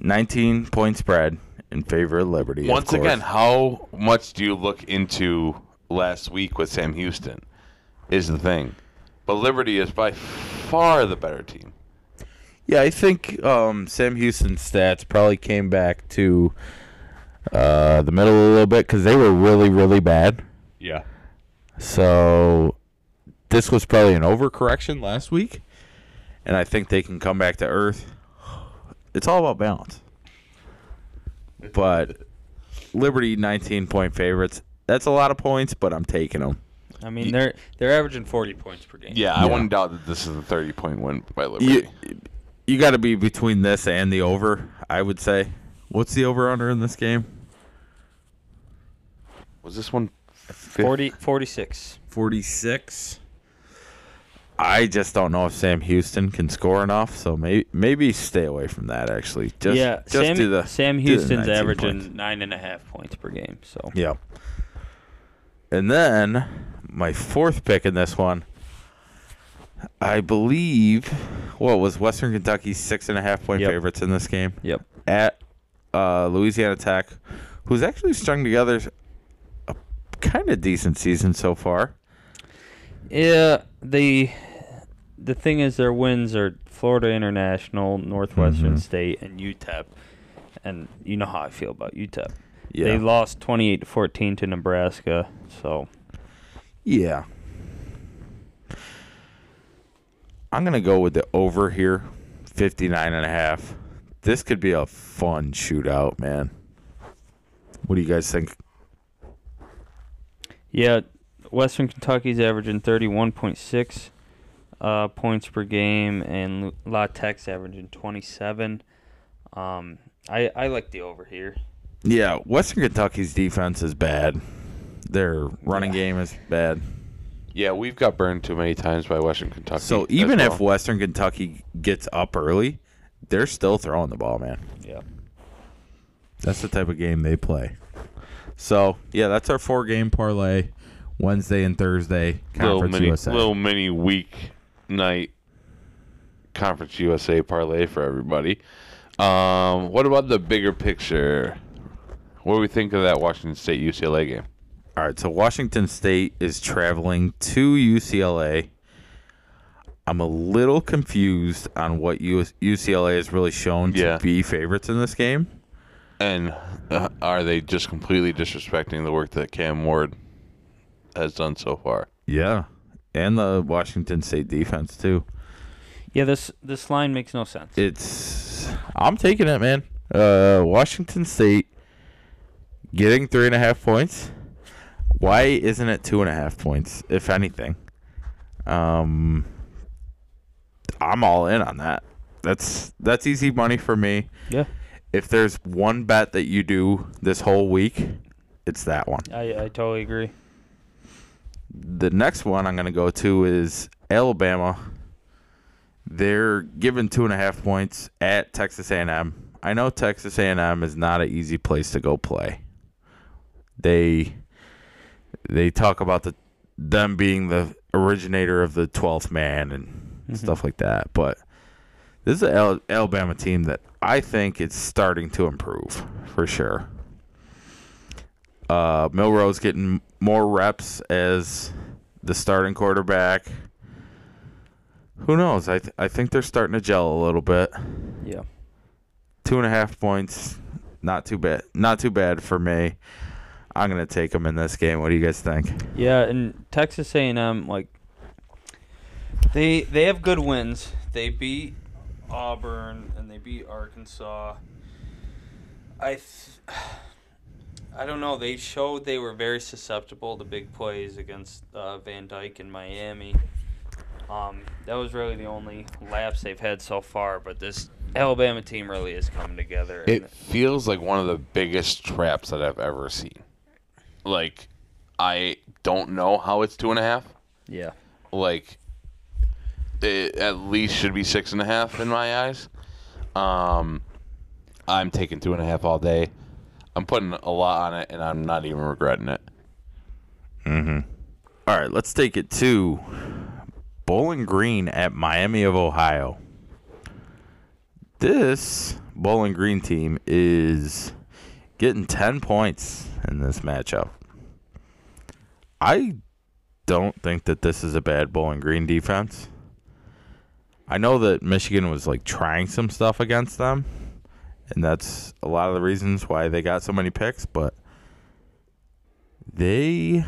19 point spread. in favor of Liberty. of Once course. again, how much do you look into last week with Sam Houston? Is the thing, but Liberty is by far the better team. Yeah, I think um, Sam Houston's stats probably came back to uh, the middle a little bit because they were really, really bad. Yeah. So this was probably an overcorrection last week, and I think they can come back to earth. It's all about balance. But Liberty, 19 point favorites. That's a lot of points, but I'm taking them. I mean, they're they're averaging 40 points per game. Yeah, I Yeah. wouldn't doubt that this is a 30 point win by Liberty. You, you got to be between this and the over, I would say. What's the over under in this game? Was this one 50? 40, 46. 46. I just don't know if Sam Houston can score enough, so maybe maybe stay away from that. Actually, just yeah, just Sam, do the Sam do the Houston's 19 averaging points. nine and a half points per game. So Yeah, and then my fourth pick in this one, I believe, what was Western Kentucky's six and a half point Yep. favorites in this game yep, at uh, Louisiana Tech, who's actually strung together a kind of decent season so far. yeah. The the thing is, their wins are Florida International, Northwestern State, and UTEP. And you know how I feel about UTEP. Yeah, They lost 28 to 14 to Nebraska. So Yeah. I'm going to go with the over here, 59 and a half. This could be a fun shootout, man. What do you guys think? Yeah, Western Kentucky's averaging 31.6 uh, points per game, and Lu- La Tech's averaging 27. Um, I I like the over here. Yeah, Western Kentucky's defense is bad. Their running game is bad. Yeah, we've got burned too many times by Western Kentucky. So as even if well. Western Kentucky gets up early, they're still throwing the ball, man. Yeah. That's the type of game they play. So yeah, that's our four game parlay, Wednesday and Thursday little Conference mini, USA. little mini week night Conference USA parlay for everybody. Um, what about the bigger picture? What do we think of that Washington State UCLA game? All right, so Washington State is traveling to UCLA. I'm a little confused on what US- UCLA has really shown Yeah. to be favorites in this game. And uh, are they just completely disrespecting the work that Cam Ward has done so far? Yeah, and the Washington State defense too. Yeah, this this line makes no sense. It's I'm taking it, man. Uh, Washington State getting three and a half points. Why isn't it two and a half points, if anything? Um, I'm all in on that. That's that's easy money for me. yeah, If there's one bet that you do this whole week, it's that one. I I totally agree. The next one I'm going to go to is Alabama. They're given two and a half points at Texas A&M. I know Texas A&M is not an easy place to go play. They they talk about the them being the originator of the 12th man and stuff like that, but this is an Al- Alabama team that I think it's starting to improve for sure. Uh, Milrose getting more reps as the starting quarterback. Who knows? I th- I think they're starting to gel a little bit. Yeah. Two and a half points, not too bad. Not too bad for me. I'm gonna take them in this game. What do you guys think? Yeah, and Texas A&M like they they have good wins. They beat Auburn and they beat Arkansas. I th- I don't know. They showed they were very susceptible to big plays against uh, Van Dyke and Miami. Um, that was really the only lapse they've had so far. But this Alabama team really is coming together. and- It feels like one of the biggest traps that I've ever seen. Like, I don't know how it's two and a half. yeah. Like, it at least should be six and a half in my eyes. Um, I'm taking two and a half all day. I'm putting a lot on it, and I'm not even regretting it. Mm-hmm. All right, let's take it to Bowling Green at Miami of Ohio. This Bowling Green team is getting 10 points in this matchup. I don't think that this is a bad Bowling Green defense. I know that Michigan was like trying some stuff against them, and that's a lot of the reasons why they got so many picks, but they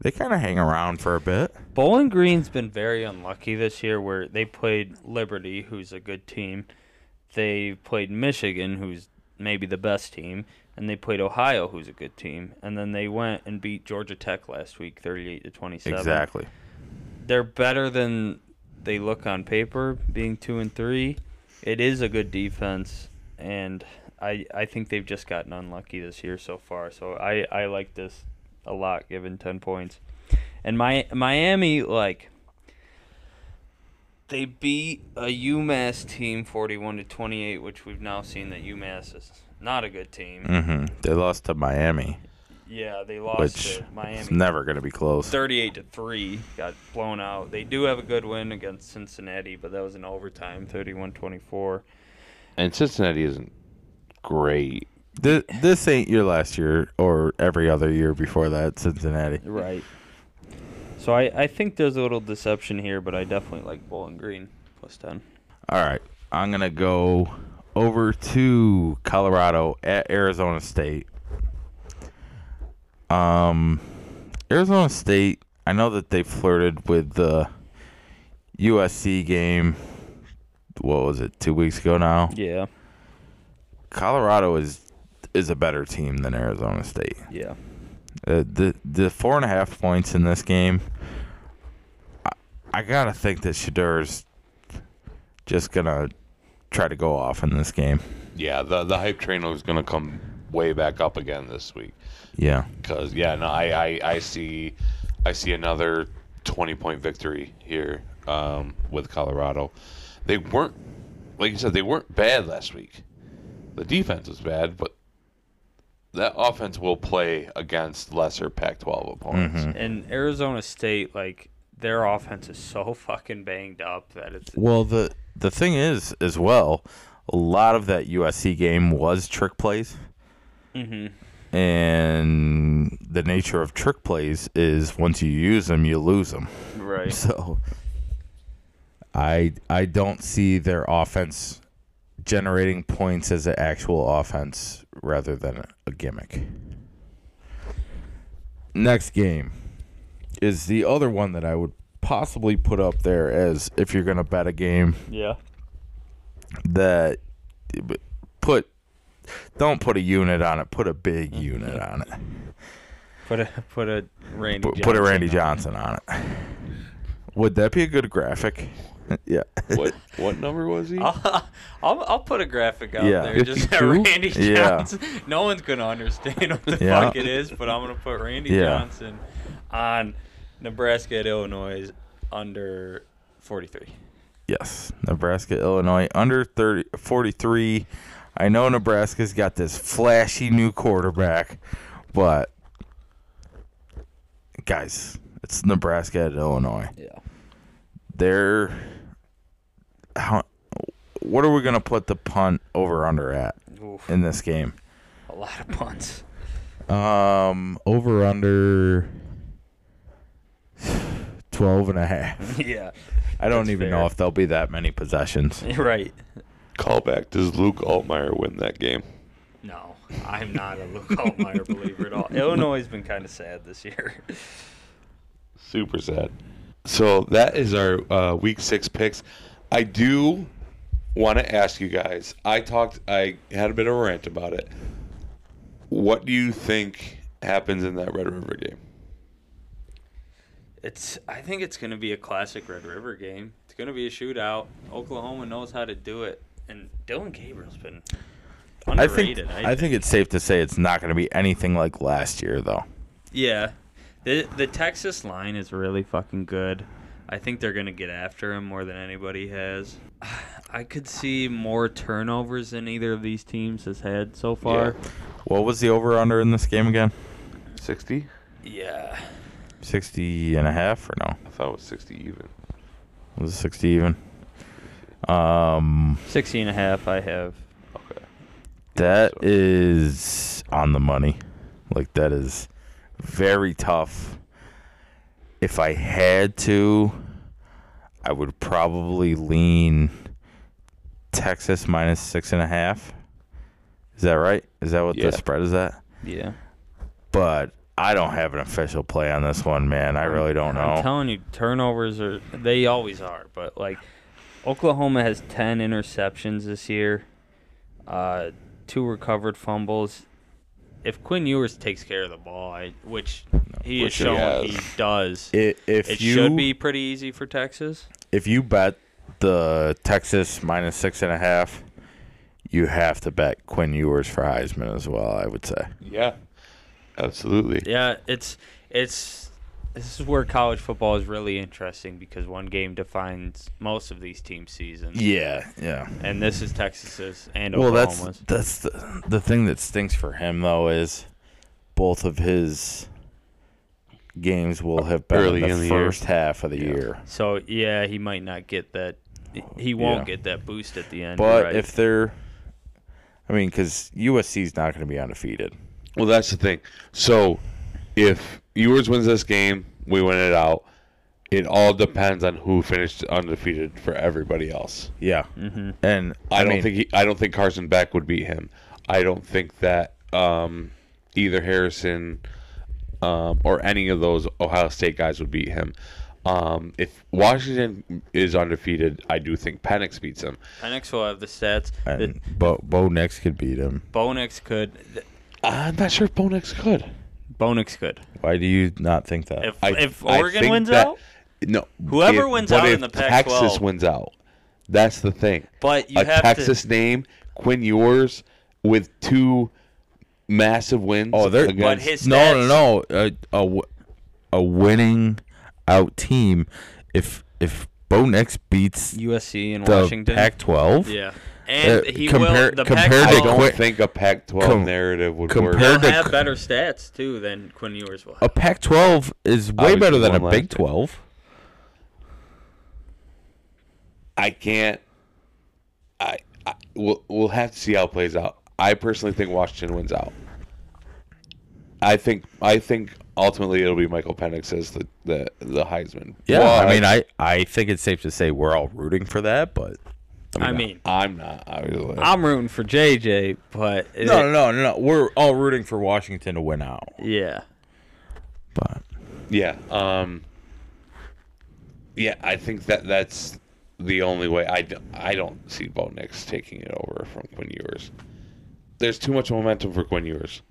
they kind of hang around for a bit. Bowling Green's been very unlucky this year where they played Liberty, who's a good team. They played Michigan, who's maybe the best team, and they played Ohio, who's a good team. And then they went and beat Georgia Tech last week, 38 to 27. Exactly. They're better than they look on paper, being 2 and 3. It is a good defense and I I think they've just gotten unlucky this year so far. So I I like this a lot given 10 points. And my Miami like they beat a UMass team 41 to 28, which we've now seen that UMass is not a good team. hmm They lost to Miami, Yeah, they lost which to Miami is never going to be close. 38 to 3, got blown out. They do have a good win against Cincinnati, but that was an overtime, 31-24. And Cincinnati isn't great. This, this ain't your last year or every other year before that, Cincinnati. Right. So I, I think there's a little deception here, but I definitely like Bowling Green plus 10. All right. I'm going to go over to Colorado at Arizona State. Um, Arizona State, I know that they flirted with the USC game. What was it? Two weeks ago now. Yeah. Colorado is is a better team than Arizona State. Yeah. Uh, the the four and a half points in this game, I, I gotta think that Shadur's just gonna try to go off in this game. Yeah, the the hype train is going to come way back up again this week. Yeah, Because yeah, no, I, I I see I see another twenty point victory here um, with Colorado. They weren't like you said they weren't bad last week. The defense was bad, but that offense will play against lesser Pac-12 opponents. And Arizona State, like, their offense is so fucking banged up that it's. Well, the the thing is, as well, a lot of that USC game was trick plays, mm-hmm. and the nature of trick plays is once you use them, you lose them. Right. So, I I don't see their offense generating points as an actual offense rather than a gimmick. Next game is the other one that I would possibly put up there as if you're going to bet a game Yeah. that put don't put a unit on it, put a big unit on it. Put a put a Randy. Put, put a Randy Johnson Johnson on it. Would that be a good graphic? yeah. What what number was he? on. I'll, I'll put a graphic out Yeah. there. Just that 52? Randy Yeah. Johnson. No one's gonna understand what the Yeah. fuck it is, but I'm gonna put Randy Yeah. Johnson on Nebraska at Illinois under 43. Yes, Nebraska, Illinois, under 30, 43. I know Nebraska's got this flashy new quarterback, but guys, it's Nebraska at Illinois. Yeah. They're how, what are we gonna put the punt over under at Oof, in this game? a lot of punts. Um, over under 12 and a half. yeah. I don't That's even fair. know if there'll be that many possessions. You're right. Call back. Does Luke Altmaier win that game? No, I'm not a Luke Altmaier believer at all. Illinois has been kind of sad this year. Super sad. So that is our uh, week six picks. I do want to ask you guys. I talked. I had a bit of a rant about it. What do you think happens in that Red River game? It's. I think it's going to be a classic Red River game. It's going to be a shootout. Oklahoma knows how to do it, and Dylan Gabriel's been I think underrated. I think it's safe to say it's not going to be anything like last year, though. Yeah, the the Texas line is really fucking good. I think they're gonna get after him more than anybody has. I could see more turnovers than either of these teams has had so far. What was the over under in this game again? Sixty? Yeah. 60 and a half or no? I thought it was sixty even. Was it 60 even? Um sixteen and a half. I have. Okay. That So- is on the money. Like that is very tough. If I had to, I would probably lean Texas minus six and a half. Is that right? Is that what Yeah. the spread is at? Yeah. But I don't have an official play on this one, man. I really don't I'm know. telling you, turnovers are they always are, but like Oklahoma has ten interceptions this year, uh, two recovered fumbles. If Quinn Ewers takes care of the ball, I, which he Which is he showing has. he does, it, I- If you should be pretty easy for Texas. if you bet the Texas minus six and a half, you have to bet Quinn Ewers for Heisman as well. I would say. Yeah, absolutely. Yeah, it's it's this is where college football is really interesting because one game defines most of these team seasons, Yeah, yeah. and this is Texas's and Well, Oklahoma's. that's that's the, the thing that stinks for him though is both of his games will have been Early in the, in the year. first half of the year. So yeah, he might not get that. He won't Yeah. get that boost at the end. But you're right. if they're, I mean, because USC's not going to be undefeated. Well, that's the thing. So, if Ewers wins this game, we win it out. It all depends on who finished undefeated for everybody else. Yeah, mm-hmm. and I, don't mean, think he, I don't think Carson Beck would beat him. I don't think that um, either Harrison um, or any of those Ohio State guys would beat him. Um, if Washington is undefeated, I do think Penix beats him. Penix will have the stats, the, and Bo, Bo Nix could beat him. Bonix could. th- I'm not sure if Bonex could. Bonix could. Why do you not think that? If I- if I Oregon think wins that- out, no. Whoever if- wins but out in if the Pac-12. Texas wins out. That's the thing. but you a have Texas to. name, Quinn Yours, with two massive wins. Oh, they're against- But his no, stats- no, no. A, a w- a winning out team. If if Bo Nix beats USC and the Washington. Pac-12, yeah, and Uh, he compare- will. The compared I to don't Pac-12 Quinn- think a Pac-12 Com- narrative would compared- work. will to have Qu- better stats too than Quinn Ewers will. a Have. Pac-12 is way was better than a one Big last- 12. I can't. I, I we'll, we'll have to see how it plays out. I personally think Washington wins out. I think I think ultimately it'll be Michael Penix as the the, the Heisman. Yeah, I But mean, I I think it's safe to say we're all rooting for that, but I mean, I'm not. Obviously. I'm rooting for JJ, but it- no, no, no, no, no. We're all rooting for Washington to win out. yeah, But Yeah. Um. Yeah, I think that that's the only way. I, d- I don't see Bo Nix taking it over from Quinn Ewers. There's too much momentum for Quinn Ewers.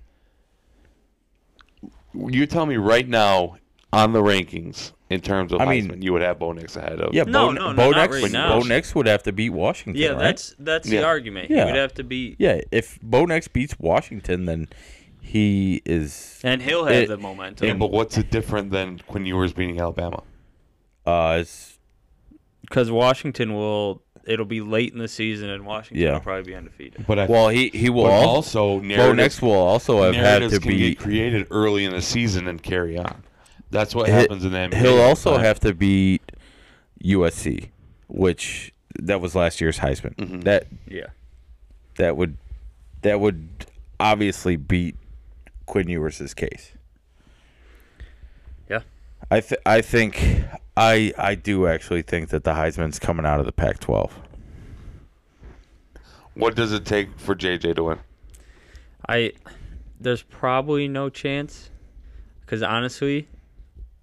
You tell me right now on the rankings in terms of I I mean- you would have Bo Nix ahead of. yeah, No, Bo, no, no, Bo not Nix, right now. Bo Nix would have to beat Washington. yeah. right? That's that's Yeah. the argument. Yeah. He would have to be, yeah. If Bo Nix beats Washington, then he is and he'll have It- the momentum. Yeah, but what's it different than Quinn Ewers beating Alabama? uh it's because Washington will it'll be late in the season and Washington Yeah. will probably be undefeated. But I Well, he he will but also, also Bo narratives, Nix will also have had narratives to can be. get created early in the season and carry on. That's what he- happens in the NBA. He'll also sometimes. have to beat USC, which that was last year's Heisman. Mm-hmm. That Yeah, that would that would obviously beat Quinn Ewers' case. yeah. I th- I think I I do actually think that the Heisman's coming out of the Pac-12. What does it take for JJ to win? I there's probably no chance because honestly,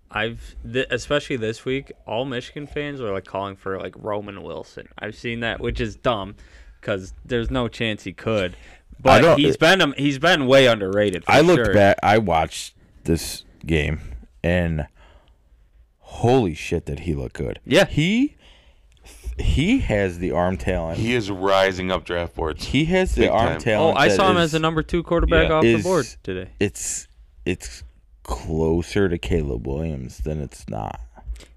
I've th- especially this week, all Michigan fans are like calling for like Roman Wilson. I've seen that, which is dumb because there's no chance he could. But don't- he's been um, he's been way underrated. For I looked sure. back. I watched this game, and holy shit, did he look good? Yeah. he he has the arm talent. He, He is rising up draft boards. has the Big arm time. Oh, talent. I that saw him is- as the number two quarterback Yeah. off the is- board today. It's it's closer to Caleb Williams than it's not.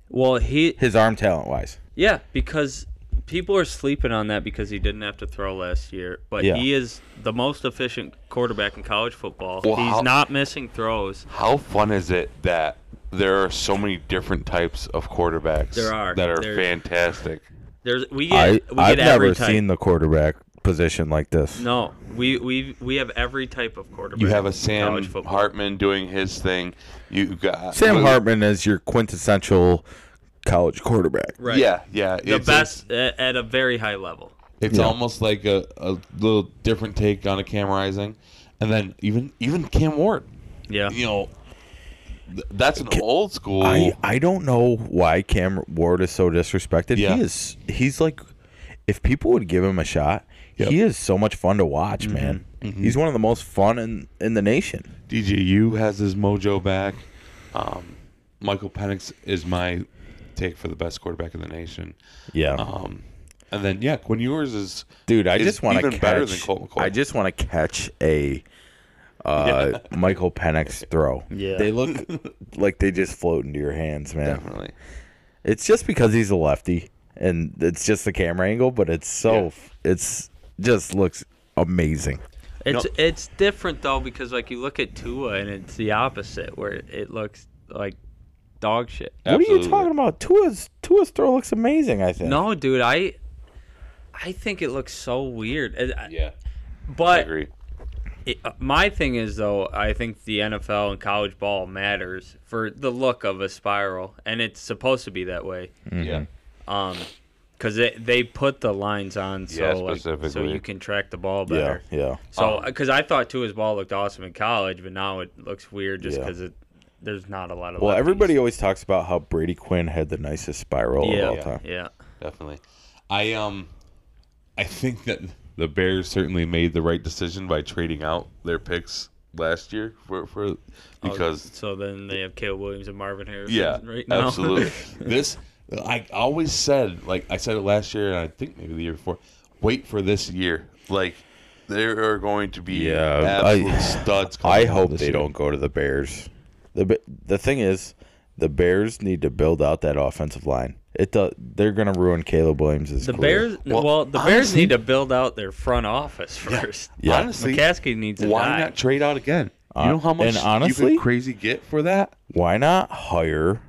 Well, he His arm talent wise, Yeah, because people are sleeping on that because he didn't have to throw last year, but Yeah. he is the most efficient quarterback in college football. Well, He's how- not missing throws. How fun is it that there are so many different types of quarterbacks There are. that are There's- fantastic? There's we get I we get I've every never type. seen the quarterback position like this. No, we we we have every type of quarterback. You have a in Sam college football. Hartman doing his thing. You got Sam Lou- Hartman is your quintessential college quarterback. Right. Yeah, yeah. The it's best a- at a very high level. It's almost like a, a little different take on a Cam Rising, and then even even Cam Ward. Yeah. You know, th- that's an old school. I, I don't know why Cam Ward is so disrespected. Yeah. He is he's like if people would give him a shot, he is so much fun to watch, Mm-hmm. man. He's one of the most fun in, in the nation. DJU has his mojo back. Um, Michael Penix is my take for the best quarterback in the nation. Yeah. Um, and then yeah, Quinn Ewers is Dude, I is just want to even catch better than Colt McCoy. I just want to catch a uh, Michael Penix throw. Yeah. They look like they just float into your hands, man. definitely. It's just because he's a lefty and it's just the camera angle, but it's so Yeah. f it's just looks amazing. It's No. it's different though because like you look at Tua and it's the opposite where it looks like dog shit. What are you talking about? Tua's Tua's throw looks amazing. I think. No, dude, I I think it looks so weird. And I- Yeah, I But agree. it, uh, my thing is though, I think the NFL and college ball matters for the look of a spiral, and it's supposed to be that way. Mm-hmm. Yeah. Um, because they they put the lines on so Yeah, like, so specifically. Um, you can track the ball Yeah. better. Yeah. So because I thought Tua's ball looked awesome in college, but now it looks weird just Yeah. because it there's not a lot of. Well, lefties. everybody always talks about how Brady Quinn had the nicest spiral Yeah. of all time. Yeah. Definitely. I um I think that the Bears certainly made the right decision by trading out their picks last year for, for because so then they have Caleb Williams and Marvin Harrison. yeah, Right now. absolutely. this I always said like I said it last year and I think maybe the year before. Wait for this year. Like there are going to be Yeah, absolute I- studs. coming I out hope this they year. don't go to the Bears. The Ba- the thing is, the Bears need to build out that offensive line. It do, they're gonna ruin Caleb Williams' the career. Bears. Well, the Bears need to build out their front office first. Yeah. Uh, Honestly, McCaskey needs to why die. not trade out again? You know how much and you could honestly- crazy get for that? Why not hire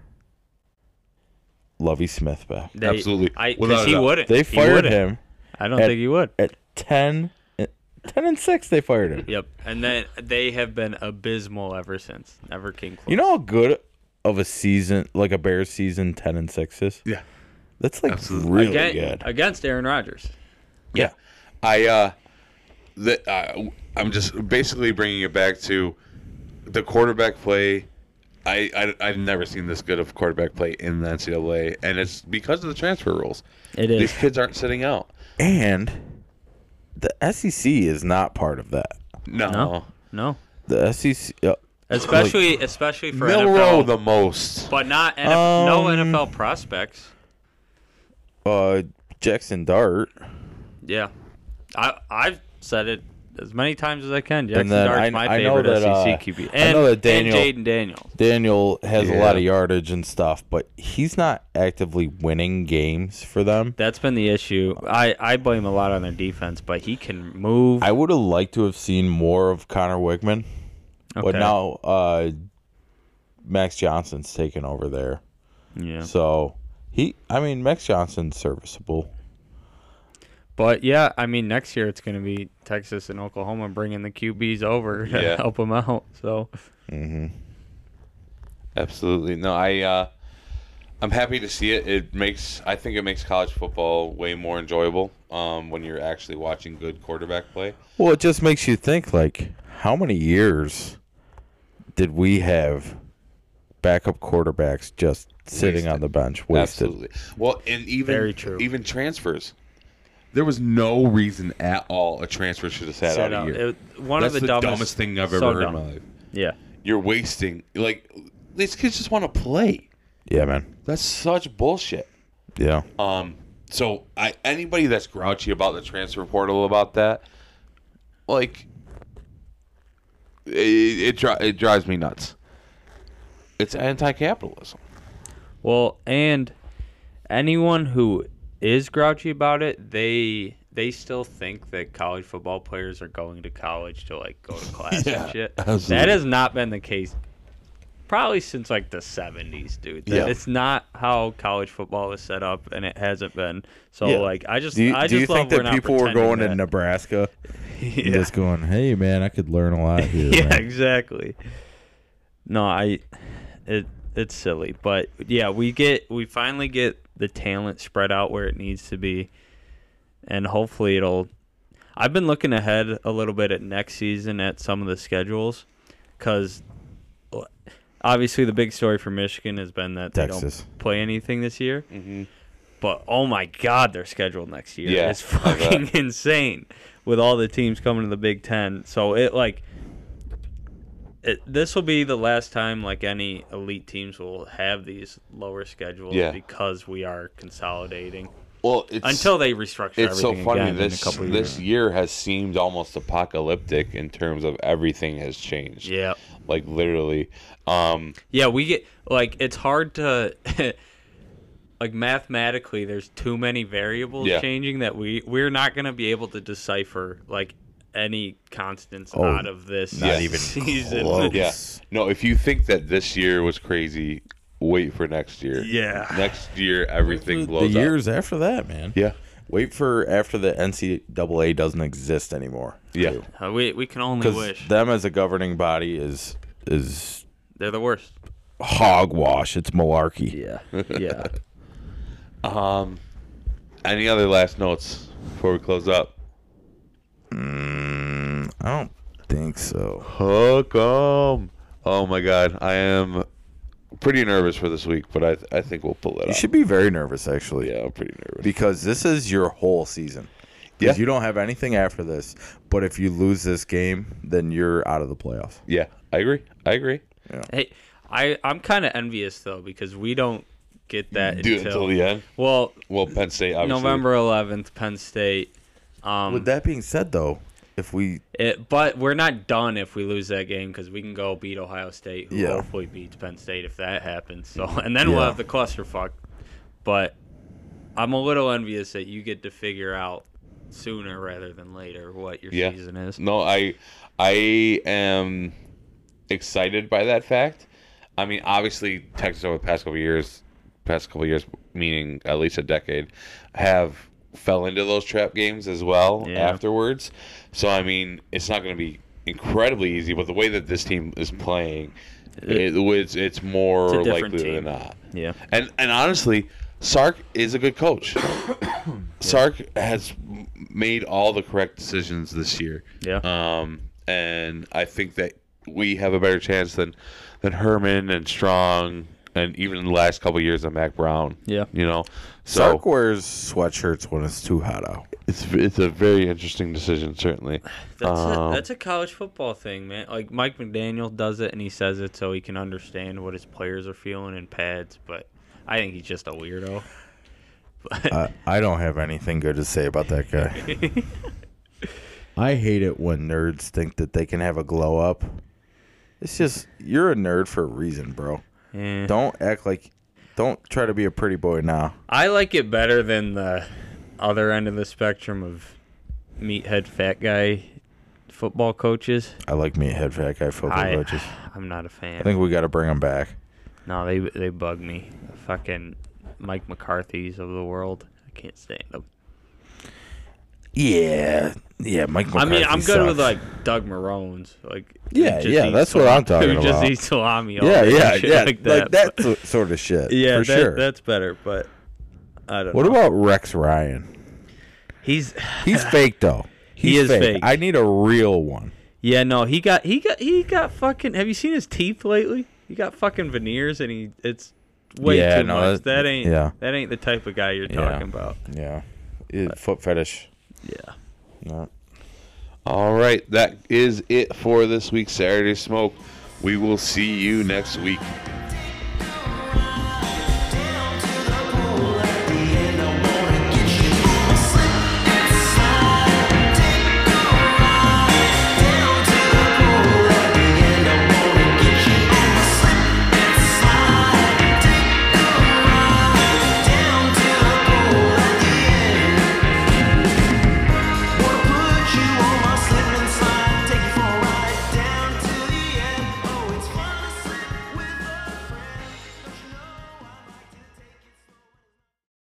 Lovey Smith back? They- Absolutely. I Without because a he doubt. wouldn't. They He fired wouldn't. him I don't at- think he would. at 10, at 10 and six. They fired him. Yep. And then they have been abysmal ever since. Never came close. You know how good of a season, like a Bears season, ten and six is. Yeah. That's like Absolutely. really Again- good. against Aaron Rodgers. Yeah, I uh, the, uh, I'm just basically bringing it back to the quarterback play. I, I I've never seen this good of quarterback play in the NCAA, and it's because of the transfer rules. It These kids aren't sitting out. and the SEC is not part of that. No, No. No. The SEC, uh, Especially especially for Milrow NFL, the most. but not NF- no Um, NFL prospects. uh, Jackson Dart, Yeah. I I've said it as many times as I can. Jackson then Dart's I- my I know favorite E that, uh, SEC QB. I And, know that Daniel- and Jaden Daniels. Daniel has a Yeah. lot of yardage and stuff, but he's not actively winning games for them. That's been the issue. I, I blame a lot on their defense, but he can move. I would have liked to have seen more of Connor Wickman, but Okay. now uh, Max Johnson's taken over there. yeah. So he, I mean, Max Johnson's serviceable. But yeah, I mean, next year it's going to be Texas and Oklahoma bringing the QBs over to Yeah. help them out. So Absolutely. No, I uh, I'm happy to see it. It makes I think it makes college football way more enjoyable um, when you're actually watching good quarterback play. Well, it just makes you think like, how many years did we have backup quarterbacks just sitting on the bench wasted? Absolutely. Well, and even Very true. even transfers. There was no reason at all a transfer should have sat, out Sat a out. year. It- one That's of the, dumbest, dumbest, thing I've ever so heard in dumb. my life. Yeah. You're wasting like these kids just want to play. Yeah, man. That's such bullshit. Yeah. Um, so I anybody that's grouchy about the transfer portal about that, like, it it, dri- it drives me nuts. It's anti-capitalism. Well, and anyone who is grouchy about it, they they still think that college football players are going to college to like go to class Yeah, and shit. absolutely. That has not been the case probably since like the 70s, dude. Yeah. It's not how college football was set up, and it hasn't been. So Yeah. like, I just Do you, I just do you love think we're that not people were going to pretending Nebraska? that. And Just going, hey man, I could learn a lot here. yeah, man." exactly. No, I it it's silly, but yeah, we get we finally get the talent spread out where it needs to be and hopefully it'll I've been looking ahead a little bit at next season at some of the schedules cuz obviously the big story for Michigan has been that they Texas. don't play anything this year. But oh my god, they're scheduled next year. Mm-hmm. Yeah, it's I bet. fucking insane with all the teams coming to the Big 10. So it like it, this will be the last time like any elite teams will have these lower schedules Yeah. because we are consolidating Well, it's, until they restructure it's so everything funny. again This in a couple this years. year has seemed almost apocalyptic in terms of everything has changed. Yeah. like literally. Um, Yeah, we get like it's hard to like mathematically there's too many variables Yeah. changing that we we're not going to be able to decipher like any constants Oh, out of this not even season. close. yeah. Yes. No, if you think that this year was crazy, wait for next year. Yeah. Next year, everything the blows up. years after that, man. Yeah. Wait for after the NCAA doesn't exist anymore. Yeah. too. Uh, we we can only because wish. them as a governing body is is They're the worst. hogwash. It's malarkey. Yeah. Yeah. Um, any other last notes before we close up? Mm, I don't think so. Hook 'em. Oh my God, I am pretty nervous for this week, but I I think we'll pull it You off. should be very nervous, actually, yeah, I'm pretty nervous. because this is your whole season. Yeah. 'Cause you don't have anything after this. But if you lose this game, then you're out of the playoffs. yeah, I agree. I agree. hey, I I'm kind of envious though because we don't get that Do it until until the end. well Well, Penn State obviously. November 11th, Penn State. Um, With that being said, though, if we It, but we're not done if we lose that game because we can go beat Ohio State, who Yeah. hopefully beats Penn State if that happens. So, and then we'll Yeah. have the clusterfuck. But I'm a little envious that you get to figure out sooner rather than later what your Yeah. Mm. season is. No, I I am excited by that fact. I mean, obviously Texas over the past couple years, past couple years, meaning at least a decade, have fell into those trap games as well Yeah. afterwards. So I mean, it's not going to be incredibly easy, but the way that this team is playing, it, it's it's more It's a different likely than team. not. Yeah. And and honestly, Sark is a good coach. Sark has m- made all the correct decisions this year. Yeah. Um, and I think that we have a better chance than than Herman and Strong and even the last couple years of Mac Brown. Yeah. You know, so Sark wears sweatshirts when it's too hot out. it's it's a very interesting decision, certainly. That's, Um, a, that's a college football thing, man. Like Mike McDaniel does it and he says it so he can understand what his players are feeling in pads, but I think he's just a weirdo. I, I don't have anything good to say about that guy. I hate it when nerds think that they can have a glow up. It's just you're a nerd for a reason, bro. Eh. Don't act like don't try to be a pretty boy now. I like it better than the other end of the spectrum of meathead fat guy football coaches. I like me a head fat guy football I, coaches. I'm not a fan. I think we got to bring him back. no, they they bug me. The fucking Mike McCarthy's of the world. I can't stand them. Yeah, yeah, Mike. I mean, I'm McCarthy good with like sucks. Doug Marone's. Like Yeah, who just yeah, eats that's what salam- I'm talking who just about. eats salami. All yeah, day yeah, and shit yeah, like that. but- that so- sort of shit. yeah, for that, sure. that's better. But I don't. what know. about Rex Ryan? he's? He's fake though. He He's is fake. I need a real one. Yeah, no, he got he got he got fucking. Have you seen his teeth lately? He got fucking veneers, and he it's way Yeah, too no, much. that- That, ain't yeah. that ain't the type of guy you're Yeah. talking about. Yeah. It- foot fetish. Yeah, No. All right, that is it for this week's Saturday Smoke. We will see you next week.